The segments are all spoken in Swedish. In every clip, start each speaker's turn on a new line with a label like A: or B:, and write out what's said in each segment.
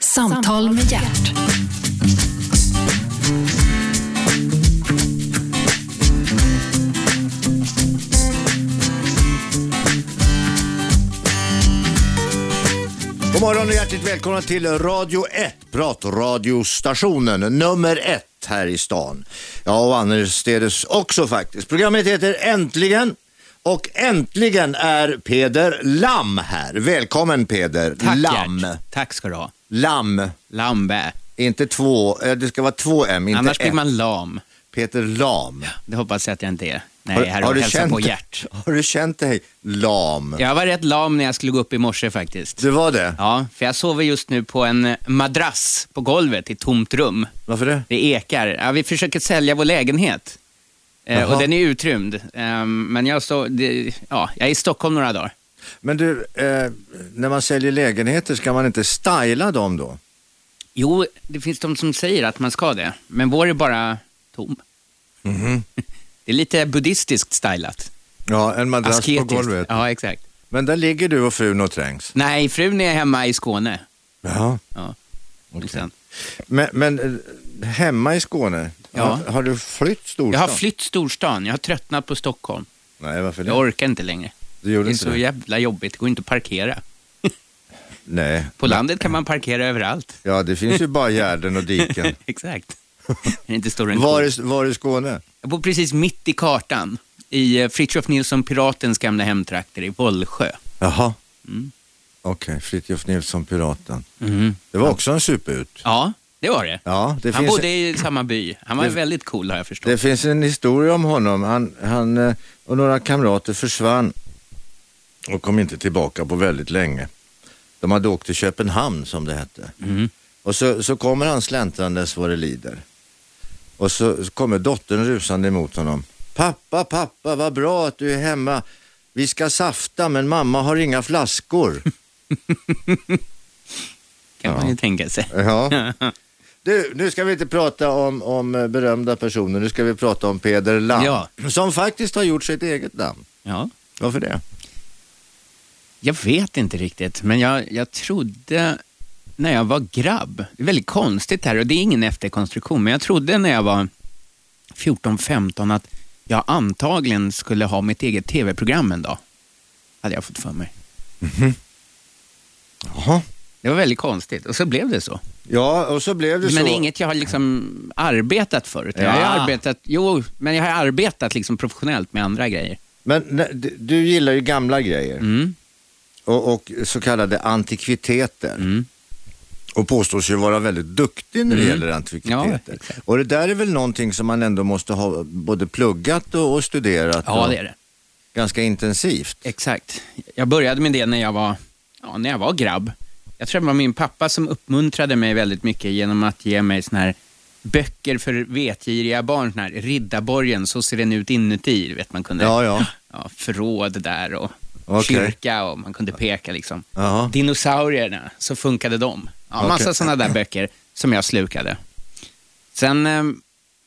A: Samtal med hjärt.
B: God morgon och hjärtligt välkomna till Radio 1, pratradiostationen nummer 1 här i stan. Ja, och annorstädes också faktiskt. Programmet heter Äntligen och äntligen är Peder Lam här. Välkommen Peder
C: Tack
B: Lam.
C: Gert. Tack ska du ha.
B: Lam,
C: Lambe.
B: inte två, eh, det ska vara två M, inte
C: Annars blir
B: ett.
C: man lam.
B: Peter Lam.
C: Det hoppas jag att jag inte är. Nej, här har du hälsat på Gert.
B: har du känt dig lam?
C: Jag var rätt lam när jag skulle gå upp i morse faktiskt.
B: Det var det?
C: Ja, för jag sover just nu på en madrass på golvet i ett tomt rum.
B: Varför det?
C: Det ekar. Ja, vi försöker sälja vår lägenhet. Eh,
B: Jaha.
C: och den är utrymd. Ehm, men jag, så, det, ja, jag är i Stockholm några dagar.
B: Men du, eh, när man säljer lägenheter ska man inte styla dem då?
C: Jo, det finns de som säger att man ska det. Men vår är bara tom. Mhm. Det är lite buddhistiskt stylat.
B: Ja, en madrass på golvet.
C: Ja, exakt.
B: Men där ligger du och frun och trängs.
C: Nej, frun är hemma i Skåne.
B: Ja.
C: Ja. Sen.
B: Men, men eh, hemma i Skåne,
C: Ja.
B: har, har du flytt
C: Jag
B: storstan?
C: har flytt storstan, jag har tröttnat på Stockholm.
B: Nej, varför det?
C: Jag orkar inte längre.
B: Du gjorde
C: det är
B: inte
C: så
B: det?
C: jävla jobbigt, det går inte att parkera.
B: Nej.
C: På landet kan man parkera överallt.
B: Ja, det finns ju bara gärden och diken.
C: Exakt. Men inte större än
B: Var
C: var...
B: i, var i Skåne?
C: Jag bor precis mitt i kartan, i eh, Fritiof Nilsson Piratens gamla hemtrakter i Vollsjö.
B: Jaha.
C: Mm.
B: Okej, Fritiof Nilsson, Piraten. Det var också en superut.
C: Ja, det var det.
B: Mhm. Ja, det
C: Han
B: finns...
C: bodde i samma by. Han var väldigt cool har jag förstått.
B: Det finns en historia om honom. Han, han eh, och några kamrater försvann och kom inte tillbaka på väldigt länge. De hade åkt till Köpenhamn som det hette. Och så, så kommer han släntrandes vad det lider. Och så, så kommer dottern rusande emot honom. Pappa, pappa, vad bra att du är hemma. Vi ska safta men mamma har inga flaskor.
C: Kan man ju tänka sig.
B: Ja. Du, nu ska vi inte prata om, om eh, berömda personer, nu ska vi prata om Peder Lam.
C: Ja.
B: Som faktiskt har gjort sitt eget namn.
C: Ja.
B: Varför det?
C: Jag vet inte riktigt, men jag, jag trodde när jag var grabb, det är väldigt konstigt här och det är ingen efterkonstruktion, men jag trodde när jag var 14-15 att jag antagligen skulle ha mitt eget tv-program en dag. Hade jag fått för mig.
B: Mhm. Jaha.
C: Det var väldigt konstigt och så blev det så.
B: Ja, och så blev det
C: Men
B: så.
C: det är inget jag har liksom arbetat för. utan Jag har
B: Ja.
C: ju arbetat, jo, men jag har arbetat liksom professionellt med andra grejer.
B: Men nej, d- du gillar ju gamla grejer
C: Mm.
B: och, och så kallade antikviteter.
C: Mm.
B: Och påstås ju vara väldigt duktig när det gäller
C: Ja,
B: antikviteter.
C: exakt.
B: och det där är väl någonting som man ändå måste ha både pluggat och, och studerat
C: Ja,
B: och
C: det är det.
B: ganska intensivt.
C: Exakt. Jag började med det när jag var, ja, när jag var grabb. Jag tror det var min pappa som uppmuntrade mig väldigt mycket genom att ge mig såna här böcker för vetgiriga barn, sån här Riddarborgen, så ser den ut inuti, du vet man kunde.
B: Ja, ja.
C: ja förråd där och
B: Okej.
C: kyrka och man kunde peka liksom.
B: Jaha.
C: Dinosaurierna, så funkade de. Ja,
B: Okej.
C: Massa sådana där böcker som jag slukade. Sen, eh,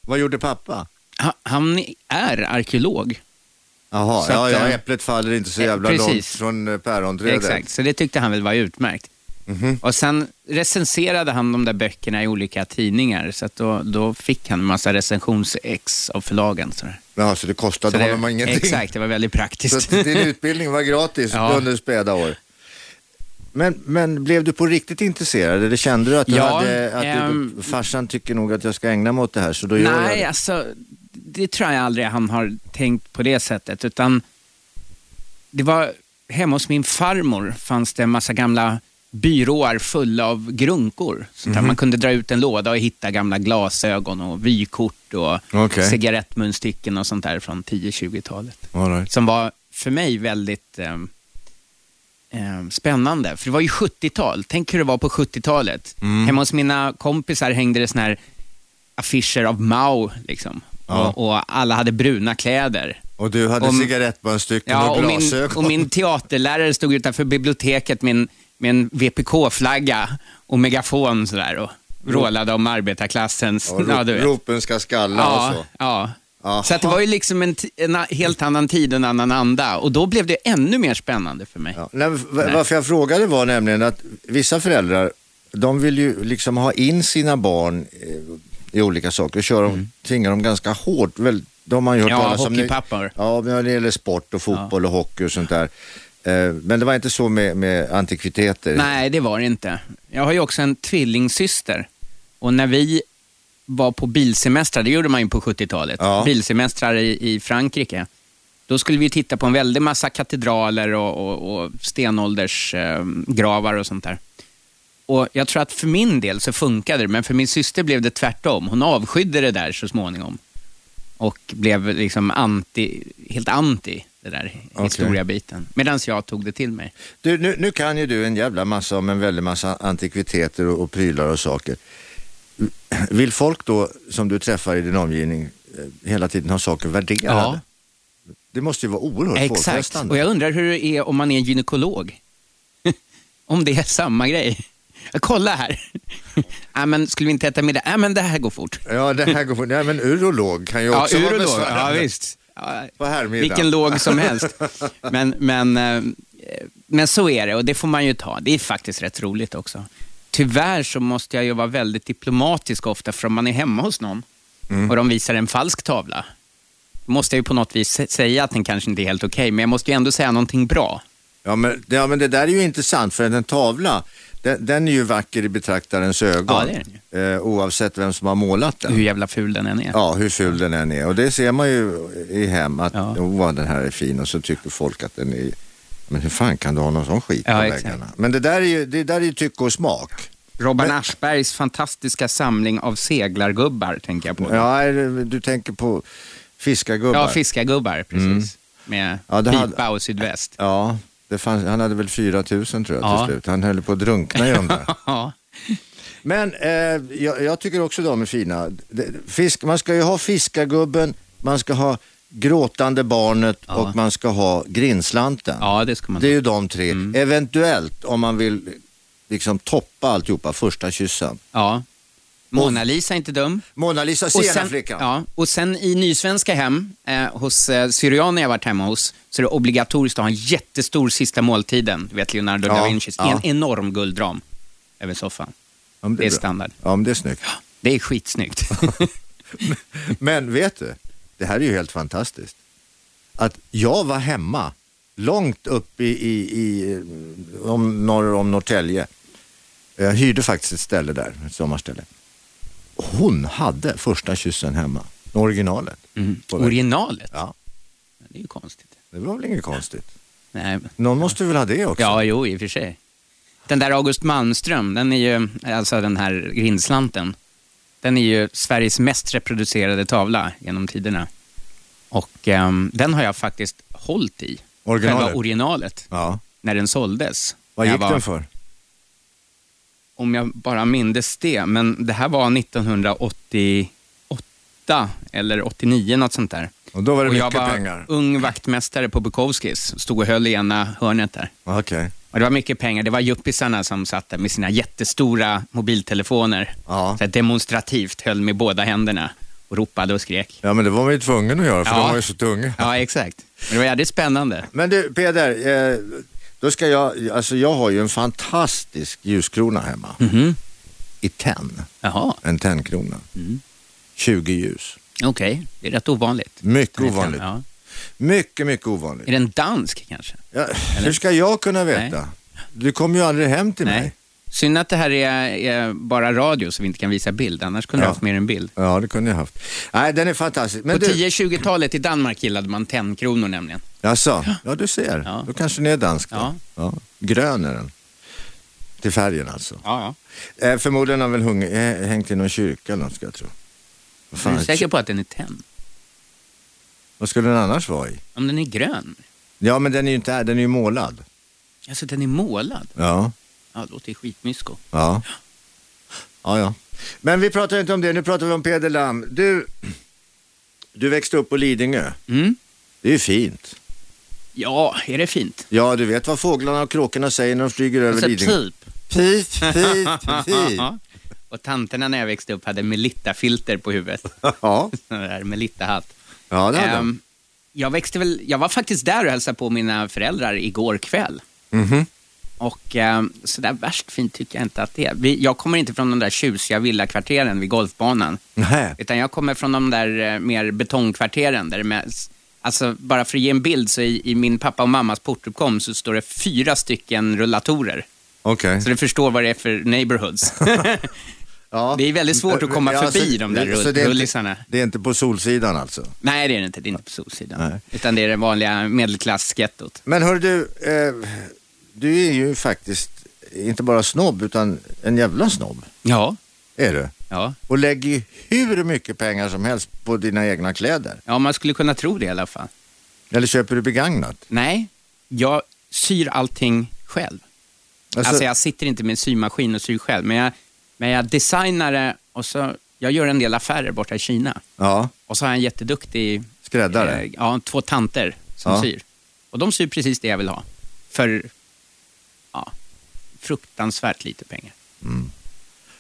B: Vad gjorde pappa?
C: ha- han är arkeolog.
B: Jaha,
C: Så
B: ja,
C: att,
B: ja,
C: eh,
B: äpplet faller inte så
C: eh,
B: jävla
C: precis.
B: långt från eh, päronträdet. Mhm.
C: Exakt, så det tyckte han väl var utmärkt.
B: Mm.
C: Och sen recenserade han de där böckerna i olika tidningar, så att då, då fick han en massa recensionsex av förlagen. Så där.
B: Ja, så det kostade
C: Så det,
B: honom ingenting.
C: Exakt, det var väldigt
B: Så
C: praktiskt.
B: att din utbildning var gratis
C: Ja.
B: under späda år. Men, men blev du på riktigt intresserad eller kände du att, du
C: Ja,
B: hade, att du,
C: ehm,
B: farsan tycker nog att jag ska ägna mig åt det här så då gör jag
C: Nej,
B: det.
C: alltså, det tror jag aldrig han har tänkt på det sättet, utan det var hemma hos min farmor fanns det en massa gamla byråer fulla av grunkor. Så
B: Mhm.
C: där man kunde dra ut en låda och hitta gamla glasögon och vykort och
B: Okej.
C: cigarettmunstycken och sånt där från 10-20-talet.
B: All right.
C: Som var för mig väldigt ehm, ehm, spännande. För det var ju 70-tal. Tänk hur det var på 70-talet.
B: Mm.
C: Hemma hos mina kompisar hängde det såna här affischer av Mao. Liksom.
B: Ja.
C: Och, och alla hade bruna kläder.
B: Och du hade
C: Om-
B: cigarettmunstycken
C: Ja,
B: och
C: och, min,
B: glasögon.
C: och min teaterlärare stod utanför biblioteket med en, med en VPK-flagga och megafon sådär och vrålade om arbetarklassens...
B: Och ro-
C: ja, du vet.
B: Ropen ska skalla och
C: Ja,
B: så.
C: ja.
B: Aha.
C: Så att det var ju liksom en, ti- en a- helt annan tid och en annan anda och då blev det ännu mer spännande för mig.
B: Ja. Nej, men v- varför jag frågade var nämligen att vissa föräldrar de vill ju liksom ha in sina barn eh, i olika saker och köra dem, tvinga dem ganska hårt. Väl, de har man ju hört
C: Mm. Ja,
B: talas om nu.
C: hockeypappor.
B: Ja, men när det gäller sport och fotboll och hockey och sånt där. Eh, Men det var inte så med, med antikviteter.
C: Nej, det var det inte. Jag har ju också en tvillingsyster. Och när vi var på bilsemestrar, det gjorde man ju på 70-talet,
B: Ja.
C: bilsemestrar i, i Frankrike, då skulle vi titta på en väldig massa katedraler och, och, och stenåldersgravar och sånt där. Och Jag tror att för min del så funkade det, men för min syster blev det tvärtom. Hon avskydde det där så småningom och blev liksom anti, helt anti det där historiabiten. Medan jag tog det till mig.
B: Du, nu, nu kan ju du en jävla massa om en väldig massa antikviteter och, och prylar och saker. Vill folk då, som du träffar i din omgivning, eh, hela tiden ha saker värderade?
C: Ja.
B: Det måste ju vara oerhört
C: Exakt,
B: påfrestande.
C: och jag undrar hur det är om man är gynekolog. om det är samma grej. Kolla här. ah, men skulle vi inte äta middag? Ah, men det här går fort.
B: Ja, det här går... Nej, men urolog kan ju
C: Ja,
B: också vara
C: urolog. Ja,
B: besvärande.
C: visst. Ja,
B: På herrmiddag.
C: vilken låg som helst. Men, men, eh, men så är det och det får man ju ta. Det är faktiskt rätt roligt också. Tyvärr så måste jag ju vara väldigt diplomatisk ofta, för om man är hemma hos någon
B: Mm.
C: och de visar en falsk tavla, då måste jag ju på något vis sä- säga att den kanske inte är helt okej, men jag måste ju ändå säga någonting bra.
B: Ja men, ja, men det där är ju intressant för en tavla, den, den är ju vacker i betraktarens ögon.
C: Ja, det är den
B: eh, oavsett vem som har målat den.
C: hur jävla ful den än är.
B: Ja, hur ful den än är. Och det ser man ju i hem att,
C: Ja.
B: oh vad den här är fin och så tycker folk att den är, men hur fan kan du ha någon sån skit
C: Ja,
B: på
C: exakt.
B: väggarna? Men det där är ju, det där är ju tycke och smak.
C: Robban Aschbergs fantastiska samling av seglargubbar tänker jag på.
B: Ja, är det- du tänker på fiskargubbar.
C: Ja, fiskargubbar, precis. Med
B: Mm. Ja, det
C: pipa
B: hade-
C: och sydväst.
B: Ja, det fanns, han hade väl 4 000 tror jag
C: Ja.
B: till slut. Han höll på att drunkna i de där.
C: Ja.
B: Men eh, jag, jag tycker också de är fina. Det- Fisk, man ska ju ha fiskargubben, man ska ha gråtande barnet och man ska ha grinslanten.
C: ja, det ska man
B: Det är
C: ha.
B: ju de tre. Eventuellt om man vill liksom toppa alltihopa, första kyssen.
C: Ja. Mona Lisa är inte dum.
B: Mona Lisa, sena flickan.
C: ja, och sen i nysvenska hem, eh, hos eh, syrianer jag varit hemma hos, så är det obligatoriskt att ha en jättestor sista måltiden, du vet Leonardo
B: Ja,
C: da Vincis, i
B: ja.
C: en enorm guldram över soffan.
B: Ja, men
C: Det är
B: bra.
C: standard.
B: Ja, men det är snyggt.
C: Det är skitsnyggt.
B: Men vet du, det här är ju helt fantastiskt. Att jag var hemma, långt upp i, i, i eh, om, norr om Norrtälje. Jag hyrde faktiskt ett ställe där, ett sommarställe. Hon hade första kyssen hemma, originalet.
C: Mm.
B: På väggen.
C: Originalet,
B: ja,
C: det är ju konstigt.
B: det var väl inget konstigt.
C: Nej, men-
B: Någon måste väl ha det också?
C: Ja, jo, i och för sig. Den där August Malmström, den är ju, alltså den här grindslanten, den är ju Sveriges mest reproducerade tavla genom tiderna. Och ehm, den har jag faktiskt hållit i.
B: Originalet?
C: Själva originalet,
B: Ja.
C: när den såldes.
B: Vad
C: När
B: gick
C: jag var,
B: den för?
C: Om jag bara mindes det, men det här var 1988 eller 89, något sånt där.
B: Och då var det
C: och jag
B: mycket
C: var
B: pengar.
C: ung vaktmästare på Bukowskis, stod och höll i ena hörnet där.
B: Okej.
C: Och det var mycket pengar. Det var yuppisarna som satt där med sina jättestora mobiltelefoner.
B: Ja.
C: Så här demonstrativt höll med båda händerna och ropade och skrek.
B: ja, men det var man ju tvungen att göra för
C: Ja.
B: de var ju så tunga.
C: Ja, exakt. Men det var jävligt spännande.
B: Men du Peder, eh, då ska jag, alltså jag har ju en fantastisk ljuskrona hemma. I tenn,
C: Mhm. Jaha, Mm.
B: en tennkrona. 20 ljus.
C: okej. Det är rätt ovanligt.
B: Mycket ovanligt.
C: Ja.
B: Mycket, mycket ovanligt.
C: Är den dansk kanske?
B: Ja, hur ska jag kunna veta? Du kommer ju aldrig hem till mig.
C: Synd att det här är, är bara radio så vi inte kan visa bild. Annars kunde du
B: Ja.
C: haft med en bild.
B: Ja, det kunde jag haft. Nej, den är fantastisk. Men
C: På
B: du,
C: 10-20-talet i Danmark gillade man 10 kronor nämligen.
B: alltså, ja du ser.
C: Ja.
B: Då kanske den är dansk då. Ja.
C: Ja.
B: Grön är den. Till färgen alltså.
C: Ja, ja.
B: Eh, förmodligen har väl hung- eh, hängt i någon kyrka eller något ska jag tro. Vad
C: Är
B: Fan,
C: du säker på att den är 10?
B: Vad skulle den annars vara i?
C: Om den är grön?
B: Ja, men den är ju inte här, den är ju målad.
C: Alltså den är målad?
B: Ja,
C: Ja, det låter ju skitmysko.
B: ja. Ja, ja. Men vi pratar inte om det, nu pratar vi om Peder Lam. Du, du växte upp på Lidingö.
C: Mm.
B: Det är ju fint.
C: Ja, är det fint?
B: Ja, du vet vad fåglarna och kråkorna säger när de flyger över
C: Alltså
B: Lidingö?
C: typ.
B: Pip, pip, pip.
C: Ja. Och tanterna när jag växte upp hade Melitta-filter på huvudet.
B: Ja,
C: Sån där Melitta-hatt.
B: ja det hade de.
C: Ehm, jag, växte väl, jag var faktiskt där och hälsade på mina föräldrar igår kväll.
B: Mhm.
C: Och eh, sådär värst fint tycker jag inte att det är. Vi, jag kommer inte från de där tjusiga villakvarteren vid golfbanan.
B: Nej.
C: Utan jag kommer från de där eh, mer betongkvarteren. Där det med, alltså, bara för att ge en bild, så i, i min pappa och mammas portuppgång så står det fyra stycken rullatorer.
B: Okej.
C: Så du förstår vad det är för neighborhoods.
B: Ja.
C: det är väldigt svårt att komma
B: Ja, så-
C: förbi de där
B: så
C: rull-
B: det är inte-
C: rullisarna.
B: Det är inte på Solsidan alltså?
C: Nej, det är det inte. Det är inte på Solsidan.
B: Nej.
C: Utan det är det vanliga medelklassgettot.
B: Men hör du, eh, du är ju faktiskt inte bara snobb utan en jävla snobb.
C: Ja.
B: Är du?
C: Ja.
B: Och lägger ju hur mycket pengar som helst på dina egna kläder.
C: ja, man skulle kunna tro det i alla fall.
B: Eller köper du begagnat?
C: Nej, jag syr allting själv. Alltså, jag sitter inte med en symaskin och syr själv, men jag, men jag designar det och så, jag gör en del affärer borta i Kina.
B: Ja,
C: Och så har jag en jätteduktig,
B: skräddare.
C: eh, ja, två tanter som
B: Ja.
C: syr. Och de syr precis det jag vill ha. För, ja, fruktansvärt lite pengar.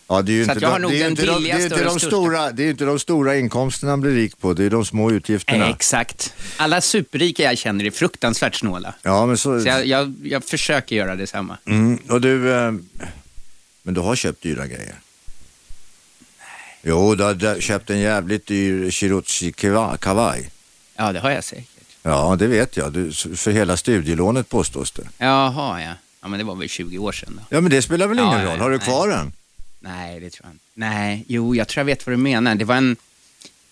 B: Ja, det är ju
C: så
B: inte
C: att jag har
B: de-
C: nog
B: det är ju
C: den
B: inte de- det är ju
C: billigaste
B: inte
C: och den
B: de
C: största.
B: stora- Det är ju inte de stora inkomsterna man blir rik på, det är ju de små utgifterna.
C: Eh, Exakt. Alla superrika jag känner är fruktansvärt snåla.
B: Ja, men så...
C: Så jag, jag, jag försöker göra detsamma.
B: Mm, och du, eh, men du har köpt dyra grejer? Nej. Jo, du har dö- köpt en jävligt dyr Shirochi kava- kavaj.
C: Ja, det har jag säkert.
B: Ja, det vet jag. Du, för hela studielånet påstås det.
C: Jaha, ja. Ja, men det var väl 20 år sedan då.
B: Ja, men det spelar väl
C: Ja,
B: ingen
C: nej,
B: roll. Har du
C: nej.
B: kvar den?
C: Nej, det tror jag inte. Nej, jo, jag tror jag vet vad du menar. Det var en,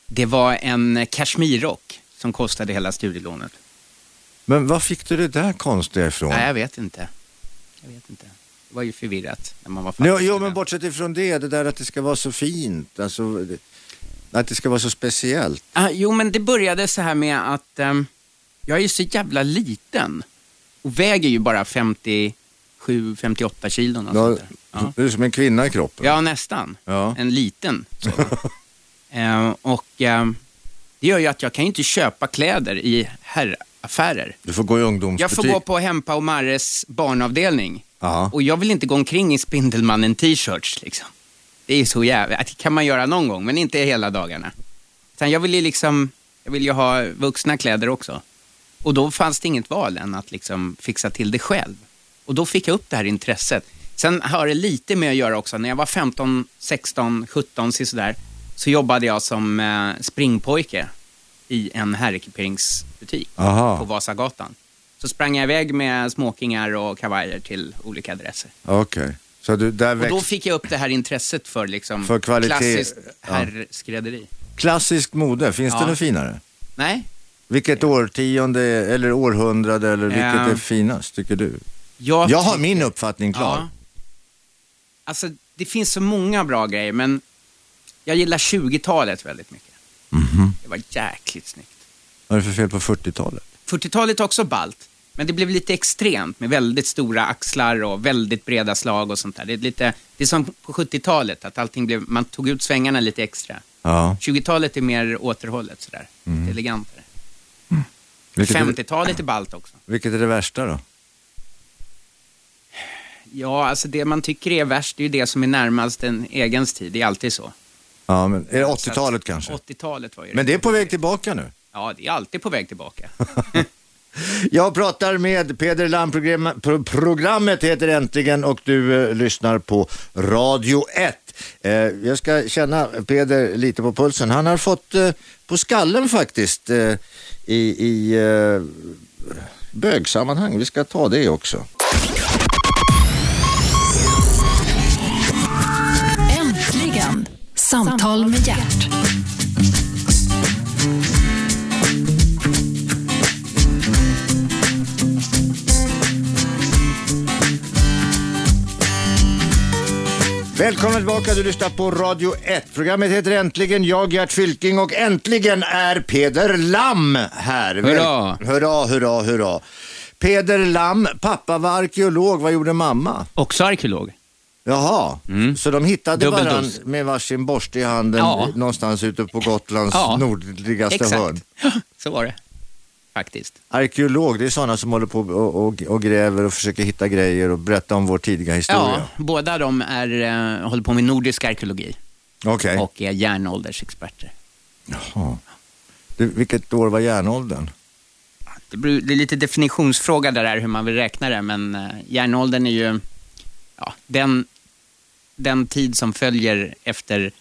C: det var en eh, kashmirrock som kostade hela studielånet.
B: Men var fick du det där konstiga ifrån?
C: Nej, jag vet inte. Jag vet inte. Det var ju förvirrat när man var fattig.
B: Jo, jo, men bortsett ifrån det, det där att det ska vara så fint, alltså, det- att det ska vara så speciellt.
C: Ah, jo, men det började så här med att ehm, jag är ju så jävla liten och väger ju bara 57-58 kilo. Något
B: Du,
C: sånt där. Alltså, Ja.
B: du är som en kvinna i kroppen.
C: ja, nästan.
B: Ja.
C: En liten sådan. Ehm, och ehm, det gör ju att jag kan ju inte köpa kläder i herraffärer.
B: Du får gå i
C: Jag
B: ungdomsbutik.
C: får gå på Hempa och Marres barnavdelning.
B: Ja.
C: Och jag vill inte gå omkring i Spindelmannen-t-shirts. Liksom. Det är ju så jävla... Det kan man göra någon gång, men inte hela dagarna. Utan jag vill ju liksom... Jag vill ju ha vuxna kläder också. Och då fanns det inget val än att liksom fixa till det själv. Och då fick jag upp det här intresset. Sen har det lite med att göra också. När jag var 15, 16, 17, så sådär, så jobbade jag som eh, springpojke i en herrekiperingsbutik
B: Aha.
C: på Vasagatan. Så sprang jag iväg med smokingar och kavajer till olika adresser.
B: Okej. Så du, där
C: Och då
B: växte...
C: fick jag upp det här intresset för, liksom
B: För kvalitet.
C: klassiskt
B: Ja.
C: herrskrädderi.
B: Klassiskt mode, finns det
C: Ja.
B: något finare?
C: Nej,
B: Vilket årtionde eller århundrade eller vilket
C: Ja.
B: är finast tycker du?
C: jag,
B: Jag har
C: tycker-
B: min uppfattning klar.
C: Ja. Alltså, det finns så många bra grejer, men jag gillar 20-talet väldigt mycket. Det var jäkligt snyggt.
B: Mhm. Vad är det för fel på 40-talet?
C: 40-talet är också balt, men det blev lite extremt med väldigt stora axlar och väldigt breda slag och sånt där. Det är, lite, det är som på 70-talet, att allting blev, man tog ut svängarna lite extra.
B: Ja.
C: 20-talet är mer återhållet sådär,
B: Mm.
C: lite elegantare.
B: Vilket, är, det-
C: 50-talet är balt också.
B: vilket är det värsta då?
C: Ja, alltså det man tycker är värst, det är ju det som är närmast en egens tid, det är alltid så.
B: Ja, men, är det
C: Så att-
B: 80-talet kanske?
C: 80-talet var ju
B: Men det är på väg tillbaka nu.
C: Ja, det är alltid på väg tillbaka.
B: Jag pratar med Peder Lam, program, pro, programmet heter Äntligen och du eh, lyssnar på Radio 1. Eh, jag ska känna Peder lite på pulsen. Han har fått eh, på skallen faktiskt eh, i, i eh, bögsammanhang. Vi ska ta det också.
A: Äntligen! Samtal med hjärt.
B: Välkommen tillbaka, du lyssnar på Radio 1. Programmet heter Äntligen, jag Gert Fylking och äntligen är Peder Lam här. Väl-
C: Hurra!
B: Hurra, hurra, hurra. Peder Lam, pappa var arkeolog, vad gjorde mamma?
C: Också arkeolog.
B: Jaha, så de hittade
C: Dubbel
B: varandra
C: dos.
B: med varsin borste i handen
C: Mm. Ja.
B: någonstans ute på Gotlands
C: Ja.
B: nordligaste hörn.
C: Exakt. så var det. Faktiskt.
B: Arkeolog, det är sådana som håller på och, och, och gräver och försöker hitta grejer och berätta om vår tidiga historia.
C: Ja, båda de är, eh, håller på med nordisk arkeologi
B: Okej.
C: och är järnåldersexperter.
B: Jaha. Du, Vilket år var järnåldern?
C: Ja, Det beror- det är lite definitionsfråga där är hur man vill räkna det, men eh, järnåldern är ju ja, den, den tid som följer efter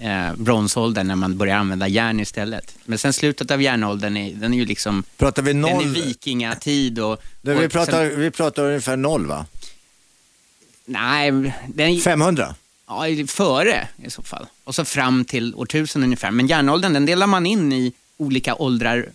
C: eh, bronsåldern när man börjar använda järn istället. Men sen slutet av järnåldern, är, den är ju liksom,
B: Pratar vi
C: den är
B: noll?
C: vikingatid och...
B: Det,
C: och
B: vi, pratar,
C: Sen,
B: vi pratar ungefär noll va?
C: nej, den,
B: 500?
C: Ja, i- före i så fall. Och så fram till årtusen ungefär. Men järnåldern, den delar man in i olika åldrar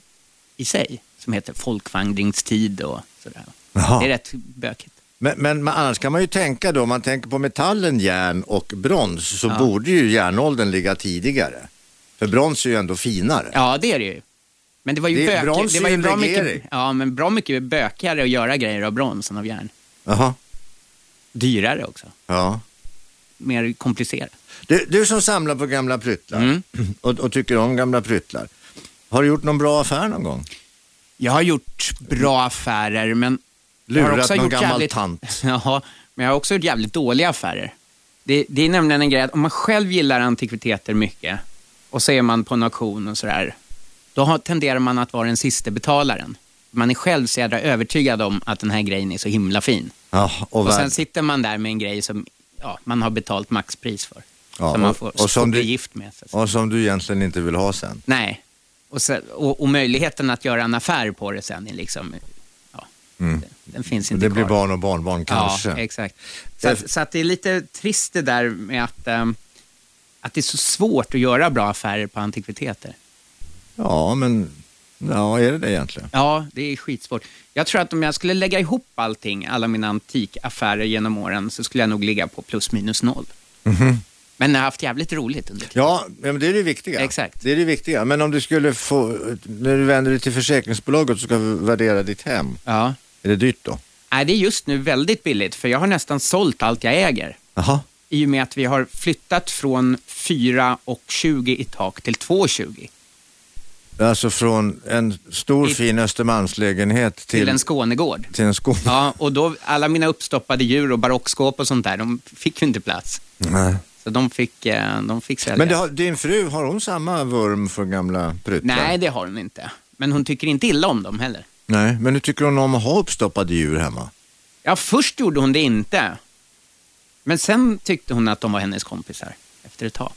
C: i sig. Som heter folkvandringstid och sådär.
B: Jaha.
C: Det är rätt bökigt.
B: Men, men, men annars kan man ju tänka då, om man tänker på metallen järn och brons så
C: Ja.
B: borde ju järnåldern ligga tidigare. För brons är ju ändå finare.
C: Ja, det är det ju. Men det var ju,
B: Det-
C: bökigt-
B: brons
C: det var
B: är ju
C: ju
B: en
C: bra, mycket,
B: legering.
C: ja, men bra mycket bökigare att göra grejer av brons än av järn.
B: Jaha.
C: Dyrare också.
B: Ja.
C: Mer komplicerat.
B: Du, du som samlar på gamla pryttlar
C: Mm.
B: och, och tycker om gamla pryttlar. Har du gjort någon bra affär någon gång?
C: Jag har gjort bra affärer, men... jag har
B: Lurat
C: också
B: någon
C: gjort
B: gammal
C: jävligt-
B: tant?
C: Jaha, men jag har också gjort jävligt dåliga affärer. Det, det är nämligen en grej att om man själv gillar antikviteter mycket och så är man på en auktion och sådär, då har, tenderar man att vara den sista betalaren. Man är själv så jädra övertygad om att den här grejen är så himla fin.
B: Ja, och,
C: Och
B: värd-
C: sen sitter man där med en grej som ja, man har betalt maxpris för.
B: Ja,
C: som man
B: och-
C: får,
B: och som
C: får bli
B: du-
C: gift med. Så att säga.
B: och som du egentligen inte vill ha sen.
C: Nej, och, sen, och, och möjligheten att göra en affär på det sen är liksom, ja, den, den finns inte
B: Det blir
C: kvar.
B: barn Mm. och barnbarn kanske.
C: Ja, exakt. Så, att, så att det är lite trist det där med att, ehm, att det är så svårt att göra bra affärer på antikviteter.
B: Ja, men ja, är det det egentligen?
C: Ja, det är skitsvårt. Jag tror att om jag skulle lägga ihop allting, alla mina antikaffärer genom åren, så skulle jag nog ligga på plus minus noll.
B: Mhm.
C: Men jag har haft jävligt roligt under tiden.
B: Ja, men det är det viktiga.
C: Exakt.
B: Det är det viktiga. Men om du skulle få, när du vänder dig till försäkringsbolaget och ska värdera ditt hem,
C: Ja.
B: är det dyrt då?
C: Nej, det är just nu väldigt billigt, för jag har nästan sålt allt jag äger.
B: Jaha.
C: I och med att vi har flyttat från 4,20 i tak till 2,20.
B: Alltså från en stor
C: I-
B: fin Östermalmslägenhet till,
C: Till en Skånegård.
B: till en skog.
C: Ja, och då, alla mina uppstoppade djur och barockskåp och sånt där, de fick ju inte plats.
B: Nej.
C: Så de fick, eh, de fick sälja.
B: Men det har, din fru, har hon samma vurm för gamla pryttlar?
C: Nej, det har hon inte. Men hon tycker inte illa om dem heller.
B: Nej. Men nu tycker hon om att ha uppstoppade djur hemma?
C: Ja, först gjorde hon det inte. Men sen tyckte hon att de var hennes kompisar efter ett tag.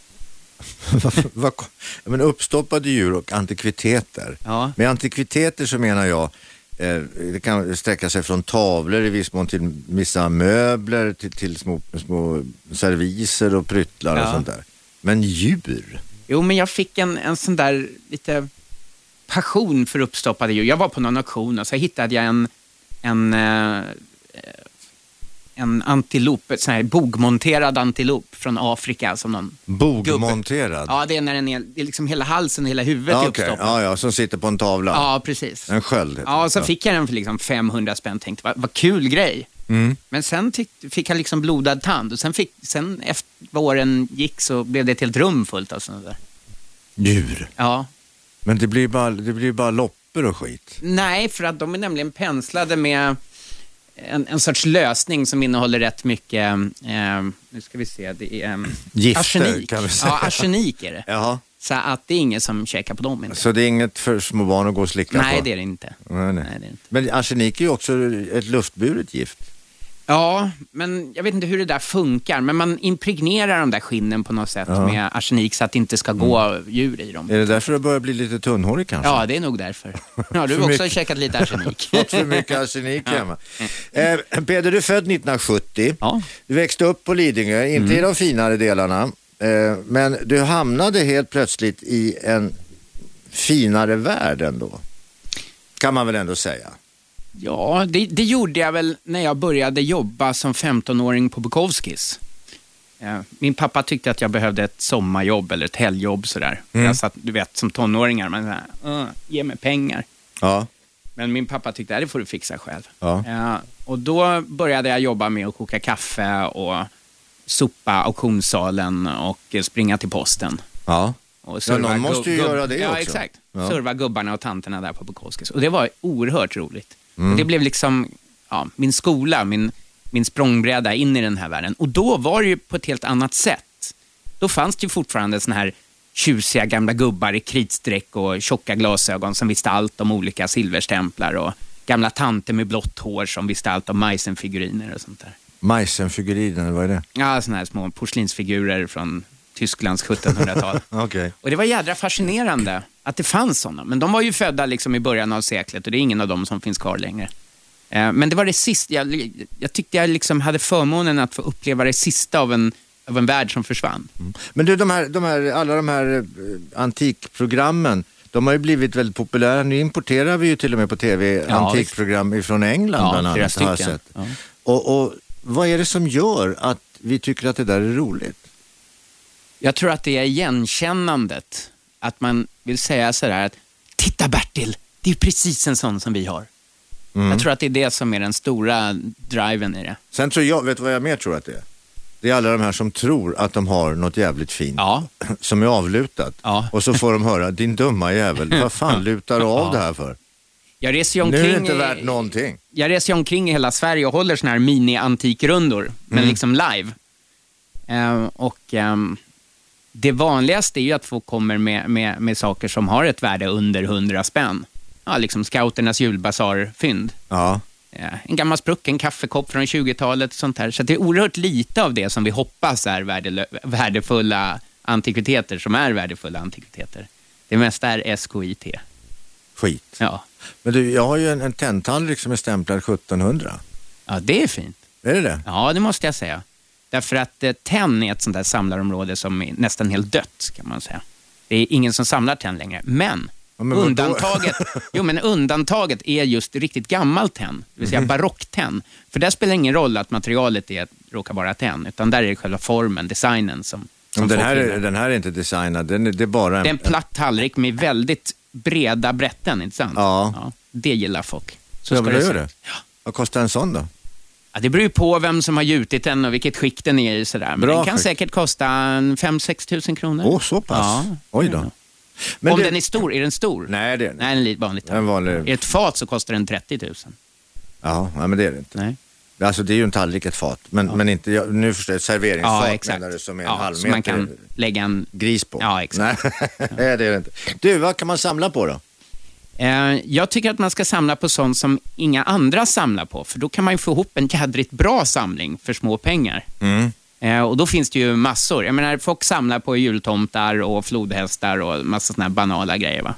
B: Varför- vad kom- Ja, men uppstoppade djur och antikviteter.
C: Ja.
B: Med antikviteter så menar jag, eh, det kan sträcka sig från tavlor i viss mån till vissa möbler, till, till små, små serviser och pryttlar och
C: Ja.
B: sånt där. Men djur?
C: Jo, men jag fick en, en sån där lite passion för uppstoppade djur. Jag var på någon auktion och så hittade jag en, en, eh, en antilop, en sån här bogmonterad antilop från Afrika som någon
B: Bogmonterad?
C: Ja, det är när den är, det är liksom hela halsen och hela huvudet
B: ja,
C: är
B: okej.
C: uppstoppat.
B: ja, ja, som sitter på en tavla.
C: Ja, precis.
B: En sköld heter
C: Ja,
B: det.
C: så fick jag den för liksom 500 spänn tänkte, vad, vad kul grej.
B: Mm.
C: Men sen tyck, fick jag liksom blodad tand och sen, fick, sen efter vad åren gick så blev det ett helt rum fullt av sådana där.
B: Djur?
C: Ja.
B: Men det blir bara, det blir bara loppor och skit.
C: Nej, för att de är nämligen penslade med en, en sorts lösning som innehåller rätt mycket, eh, nu ska vi se, det är... Eh,
B: Gifter,
C: arsenik.
B: kan vi säga.
C: Ja, arsenik är det.
B: Jaha.
C: Så att det är ingen som käkar på dem. Inte.
B: Så det är inget för små barn att gå och slicka
C: Nej,
B: på?
C: det är det inte.
B: Nej, nej.
C: Nej, det är inte.
B: Men arsenik är ju också ett luftburet gift.
C: Ja, men jag vet inte hur det där funkar, men man impregnerar de där skinnen på något sätt med arsenik så att det inte ska
B: Mm.
C: gå djur i dem.
B: Är det därför du börjar bli lite tunnhårig kanske?
C: Ja, det är nog därför. Ja, du
B: För
C: har också
B: mycket.
C: käkat lite arsenik.
B: Fått för mycket arsenik hemma. Eh, Peder, du är född 1970.
C: Ja. Mm.
B: Du växte upp på Lidingö, inte i de finare delarna. Eh, men du hamnade helt plötsligt i en finare värld ändå. Kan man väl ändå säga.
C: Ja, det, det gjorde jag väl när jag började jobba som 15-åring på Bukowskis. Eh, Min pappa tyckte att jag behövde ett sommarjobb eller ett helgjobb sådär.
B: Mm.
C: Jag satt, du vet, som tonåringar, man såhär, "Åh, ge mig pengar.
B: Ja.
C: Men min pappa tyckte att det får du fixa själv.
B: Ja.
C: Eh, och då började jag jobba med att koka kaffe och sopa auktionssalen och eh, springa till posten.
B: ja.
C: Och
B: Ja, någon
C: gu-
B: måste ju
C: gubb-
B: göra det
C: ja,
B: också.
C: Exakt.
B: Ja.
C: Serva gubbarna och tanterna där på Bukowskis. Och det var oerhört roligt.
B: Mm.
C: Och det blev liksom ja, min skola, min, min språngbräda in i den här världen. Och då var det ju på ett helt annat sätt. Då fanns det ju fortfarande sån här tjusiga gamla gubbar i kritstreck och tjocka glasögon som visste allt om olika silverstämplar och gamla tanter med blått hår som visste allt om Meisenfiguriner och sånt där.
B: Majsenfigurinen, vad är det?
C: Ja, såna här små porslinsfigurer från Tysklands 1700-tal.
B: Okej.
C: Och det var jädra fascinerande att det fanns sådana. Men de var ju födda liksom i början av seklet och det är ingen av dem som finns kvar längre. Eh, Men det var det sista, jag, jag tyckte jag liksom hade förmånen att få uppleva det sista av en, av en värld som försvann.
B: Men du, de här, de här, alla de här eh, antikprogrammen, de har ju blivit väldigt populära. Nu importerar vi ju till och med på tv
C: Ja,
B: antikprogram ifrån England
C: Ja,
B: bland
C: flera
B: annat. Har jag
C: stycken.
B: sett.
C: Ja.
B: Och, och vad är det som gör att vi tycker att det där är roligt?
C: Jag tror att det är igenkännandet. Att man vill säga sådär att, titta Bertil, det är precis en sån som vi har.
B: Mm.
C: Jag tror att det är det som är den stora driven i det.
B: Sen tror jag, vet du vad jag mer tror att det är? Det är alla de här som tror att de har något jävligt fint
C: Ja,
B: som är avlutat.
C: Ja.
B: Och så får de höra, din dumma jävel, vad fan lutar du av det här för?
C: jag reser ju
B: Nu
C: omkring
B: är det inte
C: i-
B: värt någonting.
C: jag reser ju omkring i hela Sverige och håller såna här mini-antikrundor, men liksom live. Eh, och ehm, det vanligaste är ju att folk kommer med, med, med saker som har ett värde under 100 spänn. Ja, liksom scouternas julbasarfynd.
B: Ja.
C: Eh, en gammal sprucken kaffekopp från 20-talet och sånt där. Så att det är oerhört lite av det som vi hoppas är värdelö- värdefulla antikviteter, som är värdefulla antikviteter. Det mesta är SKIT.
B: Skit.
C: Ja,
B: Men du, jag har ju en, en tenntallrik som är stämplad 1700.
C: ja det är fint.
B: Är det det?
C: Ja, det måste jag säga. Därför att eh, tenn är ett sånt där samlarområde som är nästan helt dött, kan man säga. Det är ingen som samlar tenn längre. Men,
B: Ja, men vadå?
C: undantaget, jo, men undantaget är just riktigt gammal tenn, det vill
B: Mhm.
C: säga barocktenn. För där spelar det ingen roll att materialet är, råkar vara tenn, utan där är det själva formen, designen som, som
B: Men den,
C: folk
B: här,
C: gillar.
B: är- den här är inte designad, den är, det är bara en...
C: Det är en platt tallrik med väldigt breda brätten, inte sant?
B: Ja.
C: det gillar folk. Så
B: ja,
C: ska
B: men det
C: se.
B: gör det. Vad kostar en sån då?
C: Ja, det beror ju på vem som har gjutit den och vilket skick den är i. Sådär. Men
B: Bra
C: den kan
B: skick.
C: säkert kosta 5-6 tusen kronor.
B: Åh, så pass?
C: Ja.
B: Oj då. Men
C: Om
B: du-
C: den är stor, är den stor?
B: Nej, det är
C: Nej, en li- vanlig tallrik.
B: En vanlig-
C: Är det ett fat så kostar den 30 000.
B: Ja, nej, men det är det inte.
C: Nej.
B: Alltså det är ju en tallrik, ett fat. Men, men inte, jag, nu förstår jag, serveringsfat
C: Ja, exakt.
B: menar du som är
C: ja,
B: en halv
C: så
B: meter
C: man kan lägga en...
B: gris på?
C: Ja, exakt.
B: Nej, nej, det är det inte. Du, vad kan man samla på då?
C: Eh, jag tycker att man ska samla på sånt som inga andra samlar på, för då kan man ju få ihop en jädrigt bra samling för små pengar.
B: Mm.
C: Eh, och då finns det ju massor. Jag menar, folk samlar på jultomtar och flodhästar och massa såna här banala grejer. Va?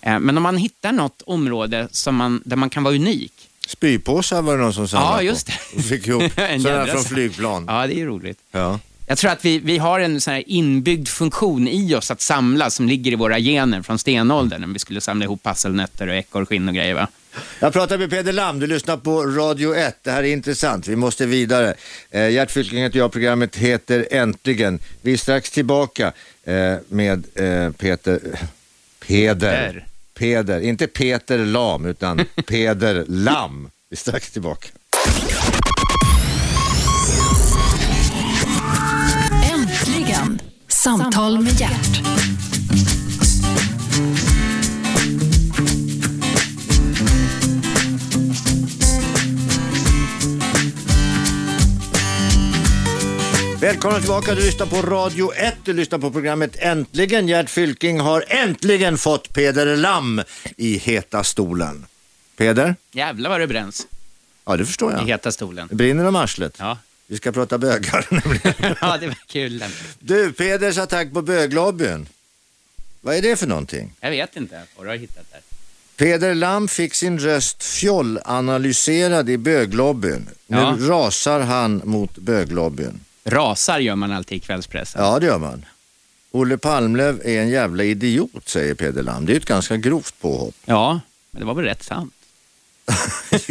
C: Eh, men om man hittar något område som man, där man kan vara unik.
B: Spypåsar var det någon som samlade
C: Ja, just
B: på.
C: det.
B: Och Fick ihop
C: En
B: sådana
C: jädra
B: från
C: sam-
B: flygplan. Ja.
C: Ja, det är ju roligt. Jag tror att vi, vi har en sån här inbyggd funktion i oss att samla som ligger i våra gener från stenåldern, om vi skulle samla ihop hasselnötter och ekorrskinn och grejer. Va?
B: Jag pratar med Peder Lam, du lyssnar på Radio 1. Det här är intressant, vi måste vidare. Eh, Gert Fylking heter jag, programmet heter Äntligen. Vi är strax tillbaka eh, med eh, Peter... Peder.
C: Peder.
B: Peder, inte Peter Lam utan Peder Lam. Vi är strax tillbaka.
A: Äntligen! Samtal med hjärt.
B: Välkomna tillbaka, du lyssnar på Radio 1, du lyssnar på programmet Äntligen. Gert Fylking har äntligen fått Peder Lam i heta stolen. Peder?
C: Jävlar vad det bränns
B: Ja, det förstår
C: i
B: jag.
C: heta stolen.
B: Det brinner om arslet.
C: Ja.
B: Vi ska prata bögar nämligen.
C: ja, det var kul.
B: Du, Peders attack på böglobbyn. Vad är det för någonting?
C: Jag vet inte vad du har hittat där.
B: Peder Lam fick sin röst fjollanalyserad i böglobbyn. Nu
C: Ja.
B: rasar han mot böglobbyn.
C: Rasar gör man alltid i kvällspressen.
B: Ja, det gör man. Olle Palmlöv är en jävla idiot, säger Peder Lam. Det är ju ett ganska grovt påhopp.
C: Ja, men det var väl rätt sant. Det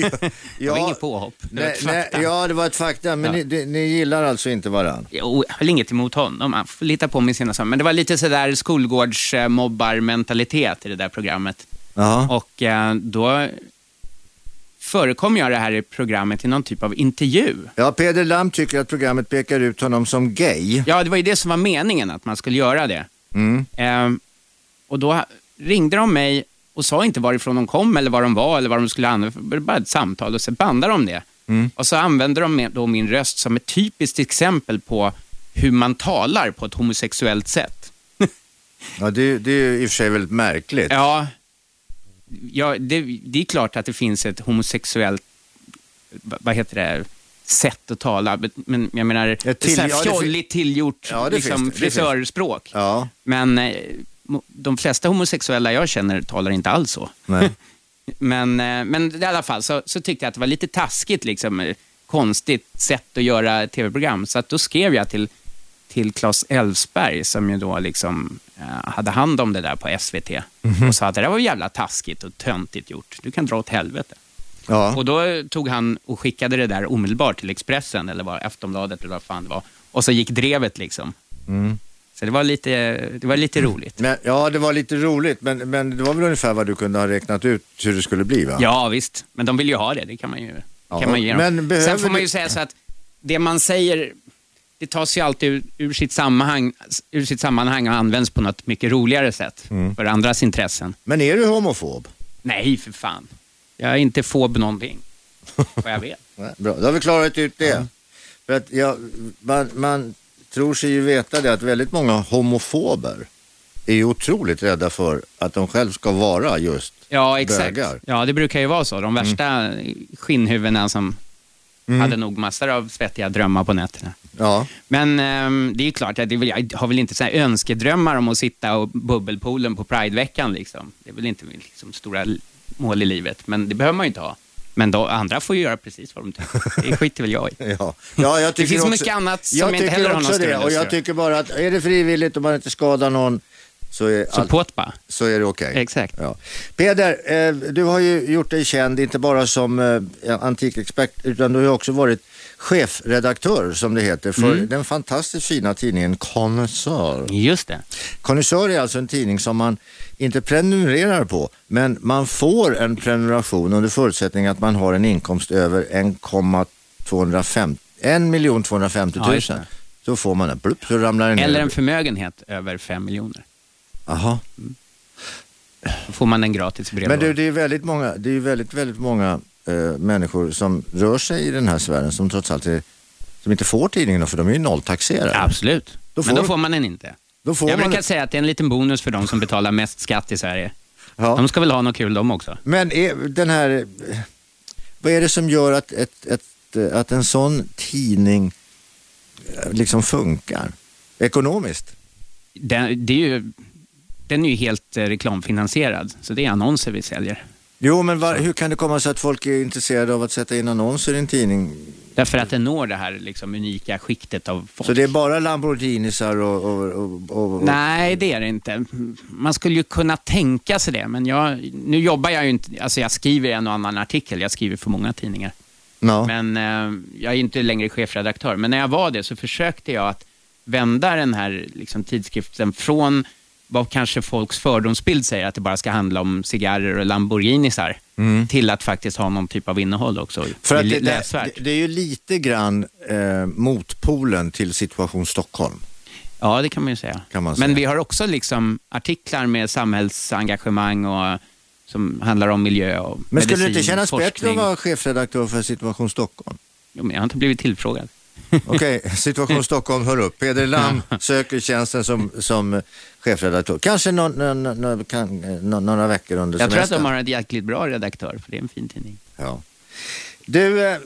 C: var inget påhopp. Det var
B: nej,
C: ett
B: nej,
C: fakta.
B: ja, det var ett fakta, men ni,
C: Ja.
B: ni, ni gillar alltså inte varann?
C: Jo, jag har inget emot honom. Han får lita på mig sina saker. Men det var lite sådär skolgårdsmobbarmentalitet i det där programmet.
B: Ja.
C: Och eh, då förekom jag det här i programmet i någon typ av intervju.
B: ja, Peder Lam tycker att programmet pekar ut honom som gay.
C: Ja, det var ju det som var meningen, att man skulle göra det.
B: Mm.
C: Ehm, och då ringde de mig och sa inte varifrån de kom eller var de var eller vad de skulle använda. för- Det var bara ett samtal och så bandade de det.
B: Mm.
C: Och så använde de då min röst som ett typiskt exempel på hur man talar på ett homosexuellt sätt.
B: Ja, det, det är ju i och för sig väldigt märkligt.
C: Ja, ja det, det är klart att det finns ett homosexuellt, va- vad heter det, sätt att tala. Men- Men jag menar, ett
B: till-
C: så här
B: ja, det fin-
C: fjolligt tillgjort
B: Ja, det finns det.
C: liksom,
B: Det finns.
C: frisörspråk.
B: Ja,
C: Men eh, mo- de flesta homosexuella jag känner talar inte alls så.
B: nej.
C: Men, eh, men i alla fall så, så tyckte jag att det var lite taskigt, liksom, eh, konstigt sätt att göra tv-program. Så att då skrev jag till, till Claes Elfsberg som ju då liksom, eh, hade hand om det där på SVT och sa att det där var jävla taskigt och töntigt gjort. Du kan dra åt helvete.
B: Ja,
C: Och då eh, tog han och skickade det där omedelbart till Expressen eller var Aftonbladet eller vad fan det var. Och så gick drevet liksom. Så det var lite, det var lite roligt.
B: men, ja det var lite roligt, men, men det var väl ungefär vad du kunde ha räknat ut hur det skulle bli, va?
C: Ja, visst. Men de vill ju ha det. Det kan man ju,
B: Ja,
C: kan man ge dem.
B: men behöver
C: Sen får man ju
B: du-
C: säga så att det man säger, det tas ju alltid ur, ur, sitt, sammanhang, ur sitt sammanhang och används på något mycket roligare sätt
B: Mm.
C: för andras intressen.
B: Men är du homofob?
C: Nej, för fan. Jag är inte fob någonting, vad jag vet.
B: Nej, Bra, då har vi klarat ut det. För att jag, man, man tror sig ju veta det att väldigt många homofober är ju otroligt rädda för att de själv ska vara just
C: Ja, exakt.
B: bögar. Mm.
C: Ja, det brukar ju vara så. De värsta skinnhuvudena som hade nog massor av svettiga drömmar på nätterna.
B: Ja,
C: Men ehm, det är ju klart, att det är väl, jag har väl inte så här önskedrömmar om att sitta och bubbelpoolen på Prideveckan. Liksom. Det är väl inte min liksom, stora l- mål i livet, men det behöver man ju inte ha. Men då, andra får ju göra precis vad de tycker. Det skiter väl jag i.
B: ja. ja jag tycker
C: finns
B: också,
C: mycket annat som
B: jag
C: inte
B: tycker
C: heller har
B: också
C: någon större
B: det, Och
C: lust att
B: jag
C: göra.
B: tycker bara att är det frivilligt och man inte skadar någon så är,
C: Så
B: allt-
C: på't bara.
B: så är det okej.
C: Exakt.
B: Ja. Peder, eh, du har ju gjort dig känd inte bara som eh, antikexpert utan du har ju också varit chefredaktör som det heter för
C: Mm.
B: den fantastiskt fina tidningen Connoisseur.
C: Just det.
B: Connoisseur är alltså en tidning som man inte prenumererar på men man får en prenumeration under förutsättning att man har en inkomst över 1,250 1 250
C: Ja,
B: 000.
C: just det.
B: så får man den, plupp, så ramlar den ner.
C: Eller en förmögenhet över 5 miljoner.
B: Aha.
C: Då får man den gratis i
B: Men du,
C: brevlådan.
B: det är väldigt många, det är väldigt, väldigt många eh, människor som rör sig i den här sfären som trots allt är, som inte får tidningarna för de är ju nolltaxerade.
C: Absolut.
B: Då
C: men
B: får-
C: då får man den inte.
B: Då får
C: jag
B: man-
C: brukar säga att det är en liten bonus för de som betalar mest skatt i Sverige.
B: Ja.
C: De ska väl ha något kul de också.
B: Men är den här, eh, vad är det som gör att, ett, ett, eh, att en sån tidning eh, liksom funkar ekonomiskt?
C: Den, det är ju, den är ju helt eh, reklamfinansierad, så det är annonser vi säljer.
B: Jo, men var, hur kan det komma sig att folk är intresserade av att sätta in annonser i en tidning?
C: Därför att den når det här liksom, unika skiktet av folk.
B: Så det är bara Lamborghinisar och... och, och, och, och
C: Nej, det är det inte. Man skulle ju kunna tänka sig det, men jag, nu jobbar jag ju inte... Alltså jag skriver en och annan artikel, jag skriver för många tidningar.
B: Ja.
C: Men eh, jag är inte längre chefredaktör. Men när jag var det så försökte jag att vända den här liksom, tidskriften från vad kanske folks fördomsbild säger, att det bara ska handla om cigarrer och Lamborghinisar, till att faktiskt ha någon typ av innehåll också.
B: Mm. För att
C: Det är
B: det, det,
C: läsvärt.
B: det är ju lite grann eh, motpolen till situation Stockholm.
C: Ja, det kan man ju säga.
B: Kan man
C: Men
B: säga.
C: vi har också liksom artiklar med samhällsengagemang och, som handlar om miljö och
B: Men skulle det inte
C: medicin,
B: kännas
C: forskning.
B: bättre att vara chefredaktör för Situation Stockholm?
C: Jo, men jag har inte blivit tillfrågad.
B: Okej, Situation Stockholm, hör upp. Peder Lam söker tjänsten som, som chefredaktör. Kanske någon, någon, någon, kan, eh, nå- några veckor under
C: Jag tror att
B: semestern.
C: de har en jäkligt bra redaktör, för det är en fin tidning.
B: Ja. Du, eh,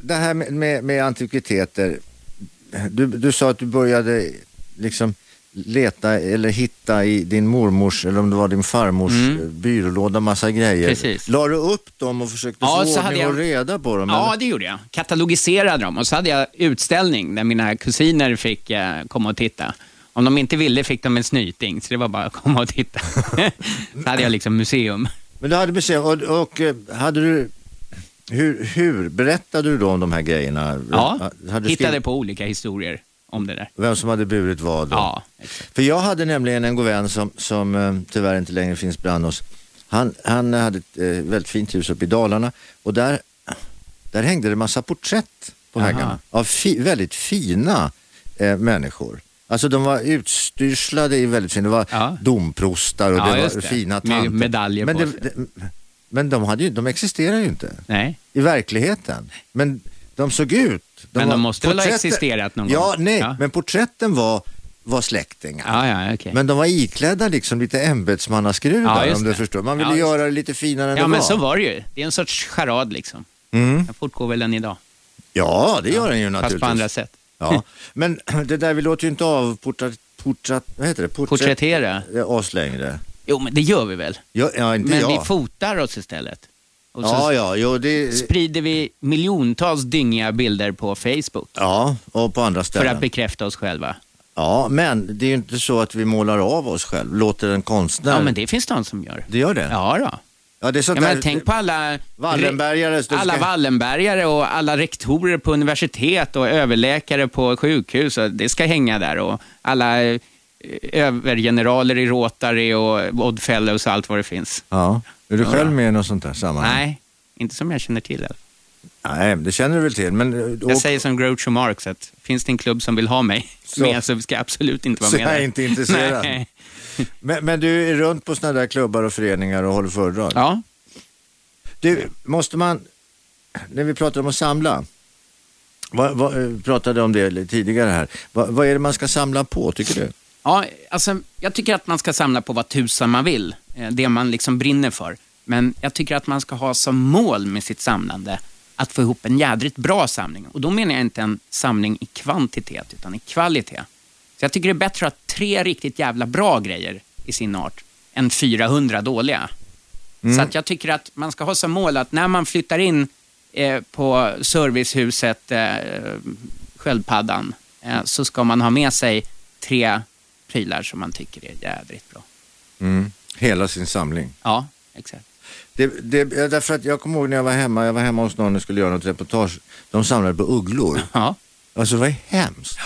B: det här med, med, med antikviteter. Du, du sa att du började liksom leta eller hitta i din mormors eller om det var din farmors eh, byrålåda massa grejer.
C: Mm. Precis.
B: La du upp dem och försökte
C: Ja,
B: få
C: så hade
B: ordning och
C: jag-
B: reda på dem?
C: Ja,
B: eller?
C: det gjorde jag. Katalogiserade dem och så hade jag utställning där mina kusiner fick eh, komma och titta. Om de inte ville fick de en snyting, så det var bara att komma och titta. så hade jag liksom museum.
B: Men du hade museum och, och eh, hade du, hur, hur berättade du då om de här grejerna?
C: Ja,
B: Hade du
C: hittade
B: skrivit
C: på olika historier om det där.
B: Vem som hade burit vad? då?
C: Ja,
B: För jag hade nämligen en god vän som, som eh, tyvärr inte längre finns bland oss. Han, han hade ett eh, väldigt fint hus uppe i Dalarna och där, där hängde det massa porträtt på
C: Aha.
B: väggarna av fi, väldigt fina eh, människor. Alltså de var utstyrslade i väldigt fint, det var
C: Ja.
B: domprostar och
C: Ja,
B: det var
C: just det.
B: fina
C: Med
B: tanter.
C: medaljer
B: men
C: på
B: det,
C: sig.
B: det, men de, hade ju, de existerar ju inte
C: nej.
B: i verkligheten. Men de såg ut.
C: Men de
B: var-
C: måste väl ha
B: porträtten-
C: existerat någon
B: ja,
C: gång?
B: Nej,
C: Ja.
B: men porträtten var var släktingar.
C: Ja, ja, okej.
B: Men de var iklädda liksom lite ämbetsmannaskruvar
C: Ja, just
B: om du
C: det.
B: förstår. Man ville
C: Ja, just
B: göra det lite finare än
C: Ja,
B: det
C: men
B: var.
C: så var det ju. Det är en sorts charad liksom.
B: Mm.
C: Den fortgår väl än idag,
B: Ja, det gör den ju
C: fast
B: naturligtvis.
C: på andra sätt.
B: Ja. Men det där, vi låter ju inte av porträtt, porträtt, vad heter det? Porträtt,
C: Porträttera.
B: oss längre.
C: Jo, men det gör vi väl.
B: Ja, ja inte
C: Men
B: jag.
C: vi fotar oss istället. Och så
B: Ja, ja, jo, det,
C: sprider vi miljontals dyngiga bilder på Facebook
B: ja, och på andra
C: för
B: ställen.
C: att bekräfta oss själva.
B: Ja, men det är ju inte så att vi målar av oss själv, låter en konstnär.
C: Ja, men det finns de som gör.
B: Det gör det?
C: Ja, då.
B: Ja, det är sånt
C: Ja, men
B: där...
C: tänk på alla,
B: Wallenbergare, så
C: alla
B: ska-
C: Wallenbergare och alla rektorer på universitet och överläkare på sjukhus. Och det ska hänga där. Och alla eh, övergeneraler i Rotary och Odd Fellows och allt vad det finns.
B: Ja. Är du
C: Ja,
B: själv
C: då.
B: med i något sånt där sammanhang?
C: Nej, inte som jag känner till. i alla fall.
B: Nej, det känner du väl till. Men, och,
C: Jag säger som Groucho Marx, att finns det en klubb som vill ha mig
B: Så-
C: med så ska jag absolut inte vara
B: Så
C: med
B: jag är
C: där.
B: inte intresserad.
C: Nej.
B: men, men du är runt på såna där klubbar och föreningar och håller föredrag.
C: Ja,
B: Du, måste man, när vi pratar om att samla, vad, vad, eh, pratade om det lite tidigare här, vad, vad är det man ska samla på tycker du?
C: Ja, alltså, jag tycker att man ska samla på vad tusan man vill, eh, det man liksom brinner för. Men jag tycker att man ska ha som mål med sitt samlande att få ihop en jädrigt bra samling. Och då menar jag inte en samling i kvantitet, utan i kvalitet. Så jag tycker det är bättre att ha tre riktigt jävla bra grejer i sin art, än 400 dåliga.
B: Mm.
C: Så att jag tycker att man ska ha som mål att när man flyttar in eh, på servicehuset eh, Sköldpaddan eh, så ska man ha med sig tre prylar som man tycker är jädrigt bra. Mm.
B: Hela sin samling.
C: Ja, exakt.
B: Det, det, därför att jag kommer ihåg när jag var hemma, jag var hemma hos någon och skulle göra något reportage. De samlade på ugglor.
C: Ja.
B: Alltså det var hemskt.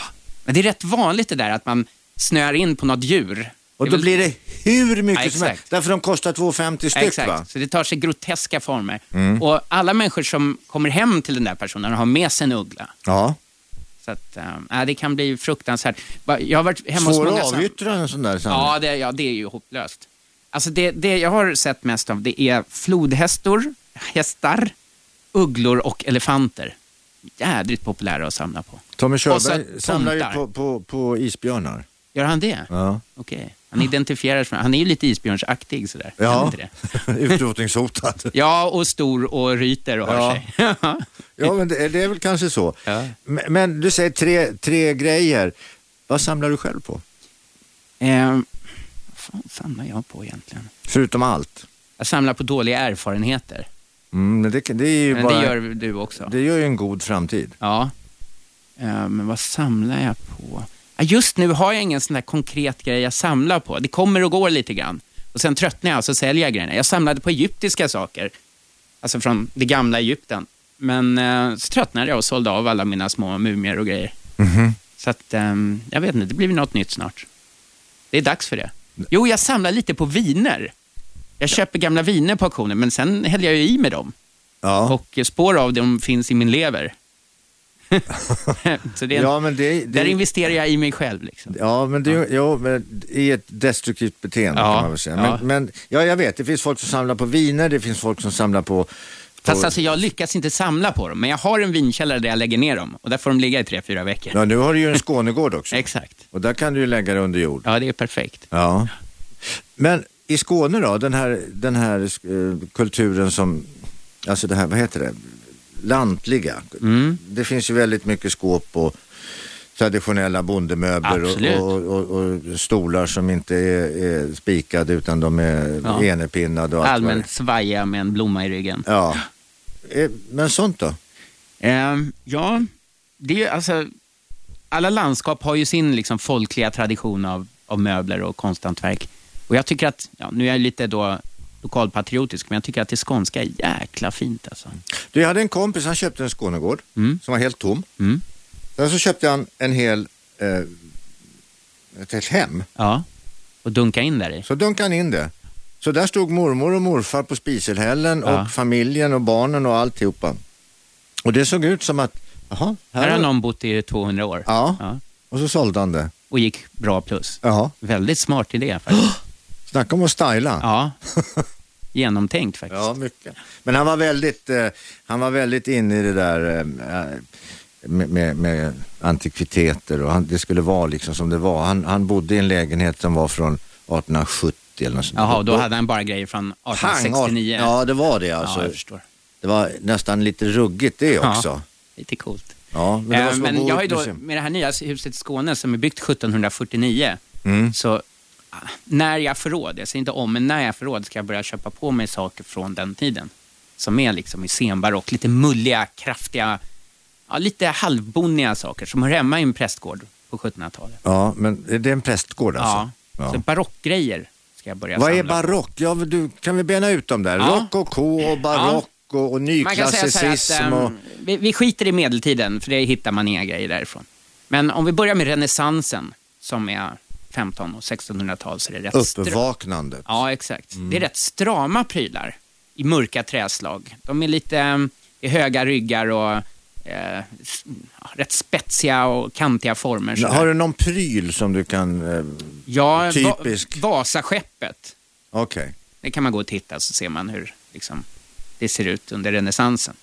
C: Men det är rätt vanligt det där att man snör in på något djur.
B: Och
C: Det är
B: då
C: väl-
B: blir det hur mycket
C: Ja,
B: som
C: exakt.
B: helst. Därför de kostar 2,50 styck
C: Exakt,
B: va? Mm.
C: så det tar sig groteska former. Och alla människor som kommer hem till den där personen har med sig en uggla.
B: Ja.
C: Så att, äh, det kan bli fruktansvärt. Va- Jag har varit hemma hos
B: Svår
C: många
B: att
C: sam-
B: avyttra en sån där samling.
C: Ja det, ja, det är ju hopplöst. Alltså det, det jag har sett mest av det är flodhästor, hästar, ugglor och elefanter. Jädrigt populära att samla på.
B: Tommy
C: Och så
B: Körberg
C: tomtar.
B: samlar ju på, på, på isbjörnar.
C: Gör han det?
B: Ja.
C: Okej. Han identifierar sig med, han är ju lite isbjörnsaktig sådär. Är han
B: Ja,
C: Inte det?
B: utrotningshotad.
C: Ja, och stor och ryter och har
B: Ja.
C: sig.
B: ja, men det, är- det är väl kanske så.
C: Ja.
B: Men, men du säger tre, tre grejer. Vad samlar du själv på?
C: Ehm, vad fan samlar jag på egentligen?
B: Förutom allt.
C: Jag samlar på dåliga erfarenheter.
B: Mm, men det, det är ju
C: Men
B: bara...
C: det gör du också.
B: det gör ju en god framtid.
C: Ja. Eh, Men vad samlar jag på? Ja, Just nu har jag ingen sån där konkret grej jag samlar på. Det kommer och går lite grann. Och sen tröttnar jag och så säljer jag grejerna. Jag samlade på egyptiska saker, alltså från det gamla Egypten. Men eh, så tröttnade jag och sålde av alla mina små mumier och grejer. Så att, ehm, jag vet inte, det blir väl något nytt snart. Det är dags för det. Jo, jag samlar lite på viner. Jag köper gamla viner på auktioner, men sen häller jag ju i med dem.
B: Ja.
C: Och eh, spår av dem finns i min lever. så det är en,
B: Ja, men det,
C: Där
B: det,
C: investerar jag i mig själv. Liksom.
B: ja, men det ja, men i ett destruktivt beteende
C: Ja,
B: kan man väl säga. Men,
C: ja.
B: men ja, jag vet, det finns folk som samlar på viner, det finns folk som samlar på... på
C: Fast alltså, jag lyckas inte samla på dem, men jag har en vinkällare där jag lägger ner dem och där får de ligga i tre, fyra veckor.
B: Ja, nu har du ju en Skånegård också.
C: Exakt.
B: Och där kan du ju lägga det under jord.
C: Ja, det är perfekt.
B: Ja. Men i Skåne då, den här, den här eh, kulturen som, alltså det här, vad heter det, lantliga.
C: Mm.
B: Det finns ju väldigt mycket skåp och traditionella bondemöbler
C: Absolut.
B: och, och, och, och stolar som inte är, är spikade utan de är
C: Ja.
B: enepinnade och allt vad det-
C: Allmänt svaja med en blomma i ryggen.
B: Ja. Eh, Men sånt då?
C: Ehm, ja, det är ju alltså... Alla landskap har ju sin liksom, folkliga tradition av, av möbler och konsthantverk. Och jag tycker att, ja, nu är jag lite då lokalpatriotisk, men jag tycker att det skånska är jäkla fint alltså.
B: Du, jag hade en kompis, han köpte en Skånegård
C: Mm.
B: som var helt tom.
C: Mm.
B: Sen så köpte han en hel, eh, ett helt hem.
C: Ja, och dunka in där i.
B: Så dunkade han in det. Så där stod mormor och morfar på spiselhällen
C: Ja.
B: och familjen och barnen och alltihopa. Och det såg ut som att, jaha,
C: Här har
B: var-
C: någon bott i 200 år.
B: Ja. Och så sålde han det.
C: Och gick bra plus.
B: Jaha,
C: Väldigt smart idé faktiskt.
B: snacka om att styla.
C: ja. Genomtänkt faktiskt.
B: Ja, mycket. Men han var väldigt, eh, han var väldigt inne i det där eh, med, med, med antikviteter och han, det skulle vara liksom som det var. Han, han bodde i en lägenhet som var från 1870 eller något sånt.
C: Jaha, då hade han bara grejer från
B: Pang,
C: 1869.
B: Ja, det var det
C: ja,
B: alltså.
C: jag förstår.
B: det var nästan lite ruggigt det också.
C: Lite coolt.
B: Ja, men det var
C: Eh,
B: som att
C: men
B: bo i
C: jag har ju
B: ett
C: då,
B: museum.
C: med det här nya huset i Skåne som är byggt 1749,
B: Mm.
C: så ah, när jag får råd, jag säger inte om, men när jag får råd ska jag börja köpa på mig saker från den tiden. Som är liksom i senbarock, lite mulliga, kraftiga, ja, lite halvboniga saker som hör hemma i en prästgård på 1700-talet.
B: Ja, men är det en prästgård alltså?
C: Ja. Så barockgrejer ska jag börja
B: Vad
C: samla
B: är
C: på.
B: barock? Ja, du, kan vi bena ut dem där?
C: Ja.
B: Rococo och barock och, och
C: Man kan säga så här att,
B: nyklassicism
C: ehm,
B: och...
C: vi, vi skiter i medeltiden, för det hittar man inga grejer därifrån. Men om vi börjar med renässansen, som är 15 och 1600-tal, så är det rätt stra-
B: Uppvaknandet.
C: Ja, exakt.
B: Mm.
C: Det är rätt strama prylar i mörka träslag. De är lite ehm, i höga ryggar och eh, s- ja, rätt spetsiga och kantiga former. sådär.
B: Har du någon pryl som du kan... Eh,
C: ja,
B: typisk?
C: Va- Vasaskeppet.
B: Okej, okej.
C: Det kan man gå och titta så ser man hur liksom, det ser ut under renässansen.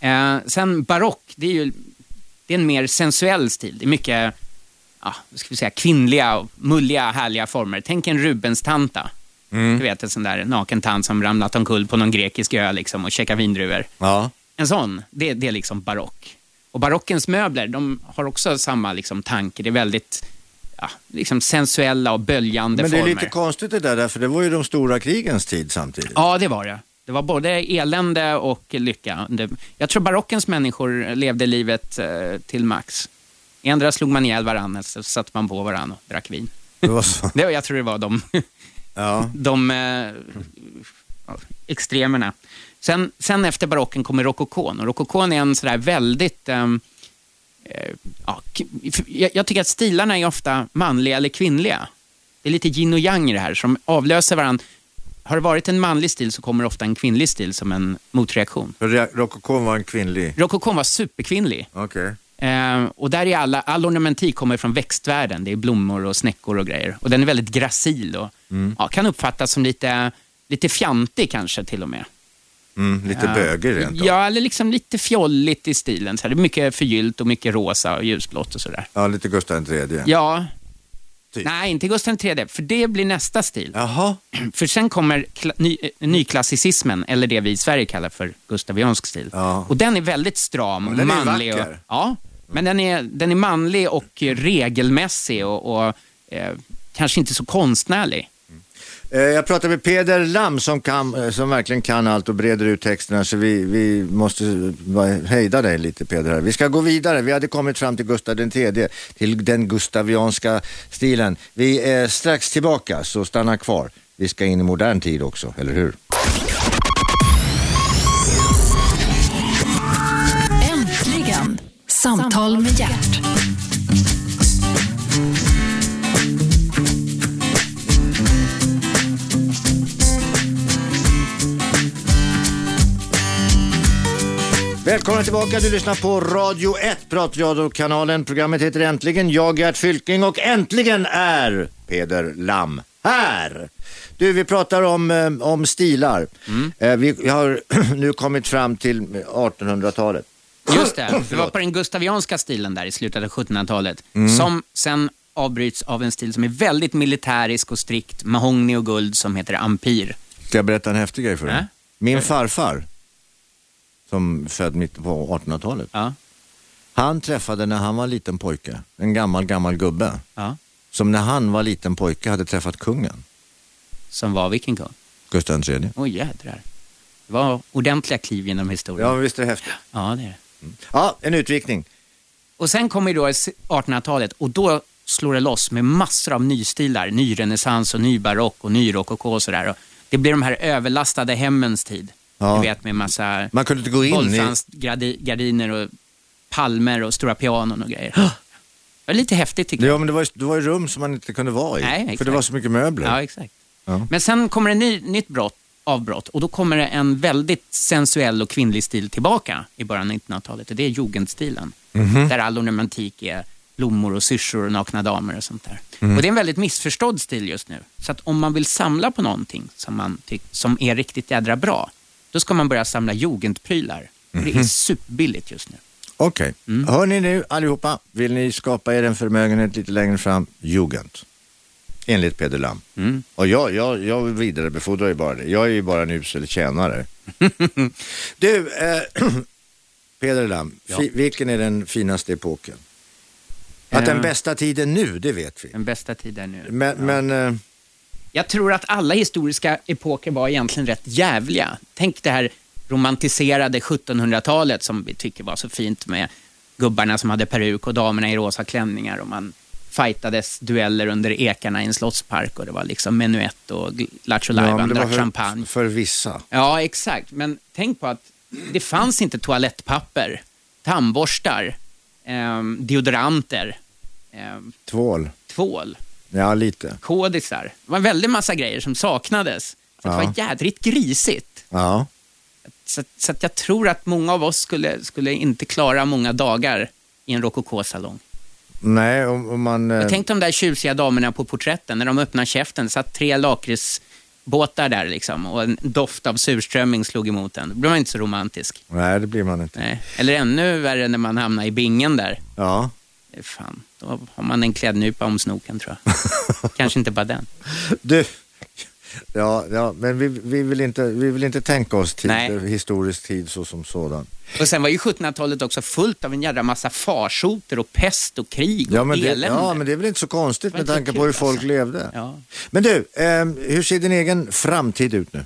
C: Eh, sen barock, det är ju det är en mer sensuell stil. Det är mycket ja, vad ska vi säga, kvinnliga, och mulliga, härliga former. Tänk en Rubens-tanta.
B: Mm.
C: Du vet, en sån där naken tant som ramlat omkull på någon grekisk ö liksom, och käkar vindruvor.
B: Ja.
C: En sån, det, det är liksom barock. Och barockens möbler, de har också samma liksom, tanke. Det är väldigt ja, liksom sensuella och böljande
B: Men det är
C: former.
B: lite konstigt det där, för det var ju de stora krigens tid samtidigt.
C: Ja, det var det. Det var både elände och lycka. Det- Jag tror barockens människor levde livet eh, till max. I andra slog man ihjäl varandra, så satte man på varandra och drack vin.
B: Det var så.
C: Det, jag tror det var de,
B: Ja.
C: de eh, extremerna. Sen, sen efter barocken kommer rokokon. Och rokokon är en sådär väldigt... ehm, eh, ja, k- f- jag, jag tycker att stilarna är ofta manliga eller kvinnliga. Det är lite yin och yang i det här, som avlöser varandra. Har det varit en manlig stil så kommer ofta en kvinnlig stil som en motreaktion.
B: För re- Rokokon var en kvinnlig...
C: Rokokon var superkvinnlig.
B: Okej.
C: Eh, och där är alla, all ornamentik kommer från växtvärlden. Det är blommor och snäckor och grejer. Och den är väldigt gracil och
B: Mm.
C: ja, kan uppfattas som lite, lite fjantig kanske till och med.
B: Mm, lite böger rent av.
C: Ja, eller liksom lite fjolligt i stilen. Så här, det är mycket förgyllt och mycket rosa och ljusblått och sådär.
B: Ja, lite Gustav III.
C: Ja,
B: Typ.
C: nej inte Gustav III, för det blir nästa stil.
B: Jaha.
C: För sen kommer kla- ny, eh, nyklassicismen, eller det vi i Sverige kallar för gustaviansk stil.
B: Ja.
C: Och den är väldigt stram och
B: den är
C: manlig. Och,
B: vacker.
C: ja, men den är, den är manlig och eh, regelmässig och, och eh, kanske inte så konstnärlig.
B: Eh, Jag pratade med Peder Lam som, kan, eh, som verkligen kan allt och breder ut texterna så vi, vi måste va- hejda dig lite Peder. Här. Vi ska gå vidare. Vi hade kommit fram till Gustav III, till den gustavianska stilen. Vi är strax tillbaka så stanna kvar. Vi ska in i modern tid också, eller hur?
A: Äntligen! Samtal med hjärt.
B: Välkomna tillbaka, du lyssnar på Radio 1, pratradiokanalen. Programmet heter Äntligen, jag Gert Fylking och äntligen är Peder Lam här. Du, vi pratar om, eh, om stilar. Eh, Vi har nu kommit fram till 1800-talet.
C: Just det, det var på den gustavianska stilen där i slutet av 1700-talet.
B: Mm.
C: Som sen avbryts av en stil som är väldigt militärisk och strikt, mahogny och guld, som heter ampir.
B: Ska jag berätta en häftig grej för dig?
C: Ja.
B: Äh? Min farfar, som född mitt på 1800-talet,
C: Ja,
B: han träffade när han var liten pojke, en gammal, gammal gubbe,
C: ja.
B: som när han var liten pojke hade träffat kungen,
C: Som var vilken kung?
B: Gustav III.
C: Åh jädrar. Det var ordentliga kliv genom historien.
B: Ja,
C: Ja,
B: men visst är det häftigt.
C: det är det.
B: Ja, en utvikning.
C: Och sen kommer ju då 1800-talet och då slår det loss med massor av nystilar. Nyrenässans och nybarock och nyrokoko och sådär. Och Det blir de här överlastade hemmens tid.
B: Ja.
C: Du vet med massa
B: Man kunde inte gå in i...
C: våldsansgardiner och palmer och stora pianon och grejer. Det var lite häftigt tycker jag.
B: Ja, men det var, ju- det var ju rum som man inte kunde vara i.
C: Nej,
B: för
C: exakt.
B: det var så mycket möbler.
C: Ja, exakt.
B: Ja.
C: Men sen kommer ett ny, nytt brott, avbrott och då kommer det en väldigt sensuell och kvinnlig stil tillbaka i början av 1900-talet och det är jugendstilen.
B: Mhm.
C: Där all ornamentik är blommor och syrsor och nakna damer och sånt där.
B: Mhm.
C: Och det är en väldigt missförstådd stil just nu. Så att om man vill samla på någonting som, man ty- som är
B: Mhm.
C: riktigt jädra bra, då ska man börja samla jugendprylar. För Det är superbilligt just nu.
B: Okej.
C: Mm.
B: Hör ni nu allihopa, vill ni skapa er en förmögenhet lite längre fram? Jugend. Enligt Peder Lam.
C: Mm.
B: Och jag, jag, jag vidarebefordrar ju bara det. Jag är ju bara en usel tjänare. du, eh, Peder Lam, fi, vilken är den finaste epoken? Att den
C: Eh.
B: bästa tiden nu, det vet vi.
C: Den bästa tiden nu.
B: Men, men eh,
C: Jag tror att alla historiska epoker var egentligen rätt jävliga. Tänk det här romantiserade 1700-talet som vi tycker var så fint med gubbarna som hade peruk och damerna i rosa klänningar och man fightades dueller under ekarna i en slottspark och det var liksom menuett och gl- lattjo
B: ja,
C: lajban,
B: men det var
C: drack
B: för,
C: champagne.
B: för vissa.
C: Ja, exakt. Men tänk på att det fanns inte toalettpapper, tandborstar, ehm, deodoranter, ehm,
B: Tvål.
C: tvål
B: Ja, lite.
C: kodisar. Det var en väldig massa grejer som saknades. Så
B: Ja.
C: Det var jädrigt grisigt.
B: Ja.
C: Så, att- så att jag tror att många av oss skulle, skulle inte klara många dagar i en rokokosalong.
B: Nej, om, om man... eh,
C: Jag tänkte de där tjusiga damerna på porträtten, när de öppnade käften, satt tre lakritsbåtar där liksom och en doft av surströmming slog emot en. Då blev man inte så romantisk.
B: Nej, det blir man inte.
C: Nej. Eller ännu värre när man hamnar i bingen där.
B: Ja.
C: Fan, då har man en klädnypa om snoken tror jag. Kanske inte bara den.
B: Du, ja, ja men vi, vi, vill inte, vi vill inte tänka oss till
C: Nej.
B: eh, historisk tid så som sådan.
C: Och sen var ju 1700-talet också fullt av en jädra massa farsoter och pest och krig
B: Ja
C: och
B: men, det,
C: elände.
B: ja, men det är väl inte så konstigt
C: var
B: med
C: inte
B: tanke
C: kul,
B: på hur folk
C: alltså.
B: levde.
C: Ja.
B: Men du, eh, hur ser din egen framtid ut nu?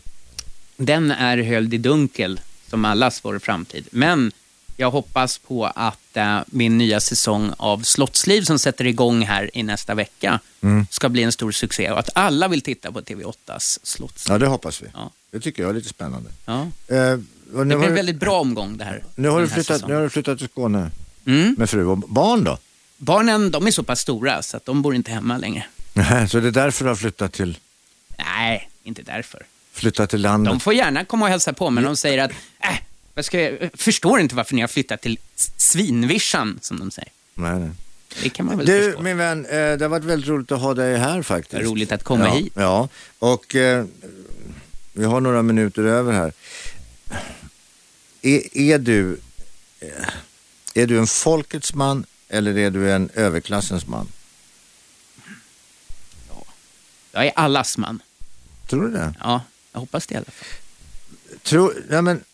C: Den är höljd i dunkel, som allas vår framtid. Men jag hoppas på att eh, min nya säsong av Slottsliv som sätter igång här i nästa vecka
B: Mm.
C: ska bli en stor succé och att alla vill titta på TV8s Slottsliv.
B: Ja, det hoppas vi.
C: Ja.
B: Det tycker jag är lite spännande.
C: Ja.
B: Eh, och nu,
C: Det
B: har,
C: blir en
B: du-
C: väldigt bra omgång det här.
B: nu, har du
C: den här
B: flyttat, nu
C: säsongen.
B: har du flyttat till Skåne
C: Mm.
B: med fru och barn då?
C: Barnen de är så pass stora så att de bor inte hemma längre.
B: Nej, så det är därför du har flyttat till,
C: Nej, inte därför.
B: flyttat till landet?
C: De får gärna komma och hälsa på, men de säger att äh, jag, ska, jag förstår inte varför ni har flyttat till s- svinvischan, som de säger.
B: Nej, nej.
C: Det kan man väl
B: Du
C: förstå.
B: min vän, eh, det har varit väldigt roligt att ha dig här faktiskt.
C: Roligt att komma
B: ja,
C: hit.
B: Ja, och eh, vi har några minuter över här. Är, är, du, eh, är du en folkets man eller är du en överklassens man?
C: Jag är allas man.
B: Tror du det?
C: Ja, jag hoppas det i alla fall.
B: Tror, nej men,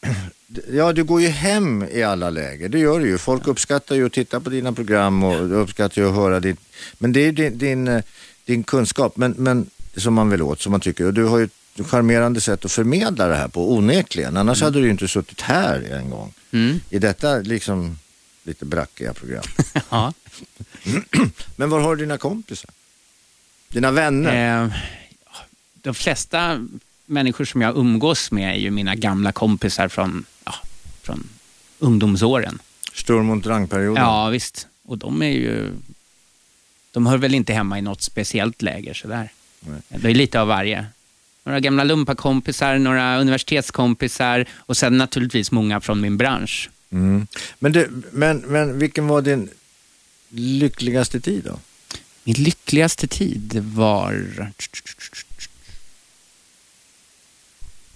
B: ja, du går ju hem i alla läger, det gör du ju. Folk uppskattar ju att titta på dina program och uppskattar ju att höra ditt... Men det är ju din, din, eh, din kunskap men, men, som man vill åt, som man tycker. Och du har ju ett charmerande sätt att förmedla det här på, onekligen. Annars hade du ju inte suttit här en gång.
C: Mm.
B: I detta liksom lite brackiga program.
C: Ja.
B: men var har du dina kompisar? Dina vänner?
C: Eh, de flesta människor som jag umgås med är ju mina gamla kompisar från, ja, från ungdomsåren.
B: Sturm und Drang-perioden?
C: Ja, visst. Och de är ju... De hör väl inte hemma i något speciellt läger sådär.
B: Nej.
C: Det är lite av varje. Några gamla lumpakompisar, några universitetskompisar och sen naturligtvis många från min bransch.
B: Mm. Men, du, men, men vilken var din lyckligaste tid då?
C: Min lyckligaste tid var...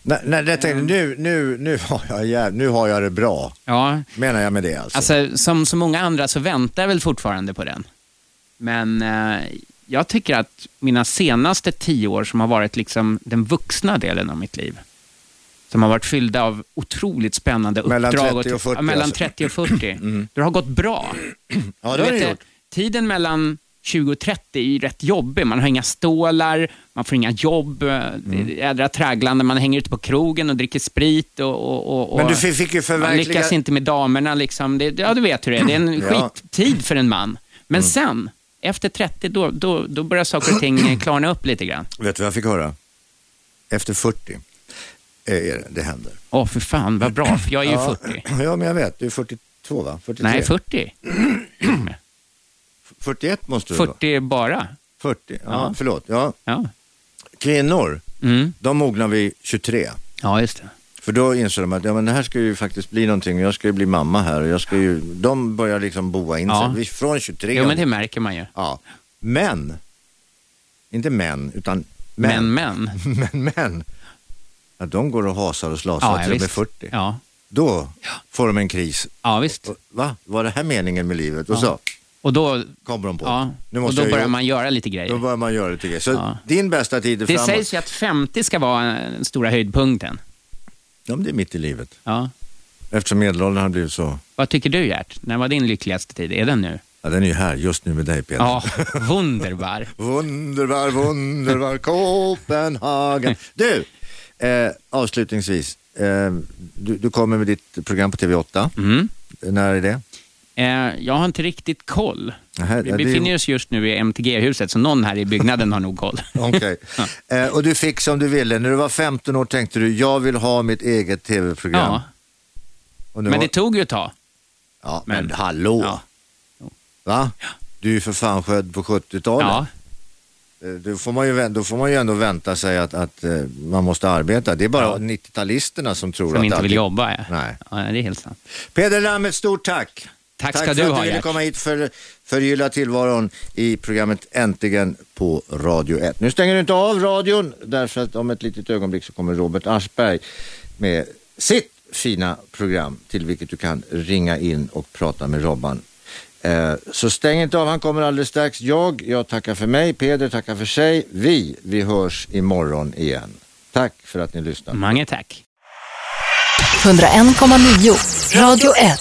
B: Nej, nej jag
C: Mm.
B: tänkte, nu, nu, nu, har jag, jäv- nu har jag det bra,
C: Ja,
B: menar jag med det alltså.
C: alltså som så många andra så väntar jag väl fortfarande på den. Men eh, jag tycker att mina senaste tio år som har varit liksom den vuxna delen av mitt liv, som har varit fyllda av otroligt spännande uppdrag.
B: Mellan 30
C: ty-
B: och 40,
C: Ja, mellan
B: alltså. Mm.
C: 30 och 40. Det har gått bra.
B: ja,
C: Du
B: det har
C: vet,
B: du
C: eh,
B: gjort.
C: Tiden mellan 20 och 30 är ju rätt jobbig. Man har inga stålar, man får inga jobb, eh, det
B: Mm.
C: är jädra tragglande, man hänger ute på krogen och dricker sprit och... och, och och-
B: Men du fick- fick ju
C: Man
B: förverkliga-
C: lyckas inte med damerna liksom. Det, ja, du vet hur det är. Det är en
B: Ja. Mm.
C: skittid för en man. Men sen, efter 30, då, då, då börjar saker och ting eh, klarna upp lite grann.
B: Vet du vad jag fick höra? Efter 40 är det, det händer.
C: Åh, för fan, vad bra, för jag är ju 40.
B: Ja, men jag vet. Du är 42 va? 43.
C: Nej, 40.
B: 41 måste du vara.
C: 40 bara.
B: 40, ja,
C: Ja.
B: förlåt. Ja.
C: Ja,
B: Kvinnor,
C: mm.
B: de mognar vid 23.
C: ja just det.
B: För då insåg de att ja, men det här ska ju faktiskt bli någonting. Jag ska ju bli mamma här och jag ska ju... De börjar liksom boa in sig.
C: Ja.
B: Vi- Från 23.
C: Jo, men det märker man ju.
B: Ja. Men, inte män, utan
C: Men,
B: män.
C: men.
B: Men, men. Ja, de går och hasar och slasar till de är 40.
C: Ja,
B: Då får de en kris.
C: Ja, visst.
B: Och, Va? Var det här meningen med livet? Och så
C: Och då,
B: kommer de på.
C: ja,
B: Nu
C: och
B: måste
C: då
B: jag
C: börjar
B: göra-
C: man göra lite
B: Då
C: grejer.
B: börjar man göra det tycker jag. Så
C: Ja.
B: din bästa tid är
C: Det
B: framåt.
C: sägs ju att 50 ska vara eh, den stora höjdpunkten.
B: Ja, men det är mitt i livet.
C: Ja.
B: Eftersom medelåldern har blivit så.
C: Vad tycker du Gert? När var din lyckligaste tid? Är den nu?
B: Ja, den är ju här just nu med dig Peter.
C: Ja, wunderbar.
B: Wunderbar, wunderbar Copenhagen. Du, eh, avslutningsvis. Eh, du, du kommer med ditt program på TV8.
C: Mm.
B: När är det?
C: Eh, jag har inte riktigt koll.
B: Nähä,
C: Vi
B: ja, det är-
C: befinner oss just nu i MTG-huset, så någon här i byggnaden har nog koll.
B: Okej. eh, och du fick som du ville. När du var 15 år tänkte du, jag vill ha mitt eget TV-program.
C: Ja,
B: och nu
C: men
B: har-
C: det tog ju ett tag.
B: ja, men,
C: men-
B: hallå.
C: Ja.
B: Va? Du är ju för fan född på 70-talet.
C: Ja,
B: Eh, Då får, man ju, vä- då får man ju ändå vänta sig att, att eh, man måste arbeta. Det är bara
C: Ja.
B: 90-talisterna som tror
C: som
B: att...
C: inte
B: allting-
C: vill jobba. Ja.
B: Nej.
C: Ja, det är helt sant.
B: Peder Lam, ett stort tack.
C: Tack
B: tack för
C: ska du
B: att
C: ha,
B: du ville
C: Gert.
B: komma hit för förgylla tillvaron i programmet Äntligen på Radio 1. Nu stänger du inte av radion därför att om ett litet ögonblick så kommer Robert Aschberg med sitt fina program till vilket du kan ringa in och prata med Robban. Eh, Så stäng inte av, han kommer alldeles strax. Jag, jag tackar för mig, Peder tackar för sig. Vi, vi hörs imorgon igen. Tack för att ni lyssnade.
C: Mange tack.
A: 101,9 Radio 1.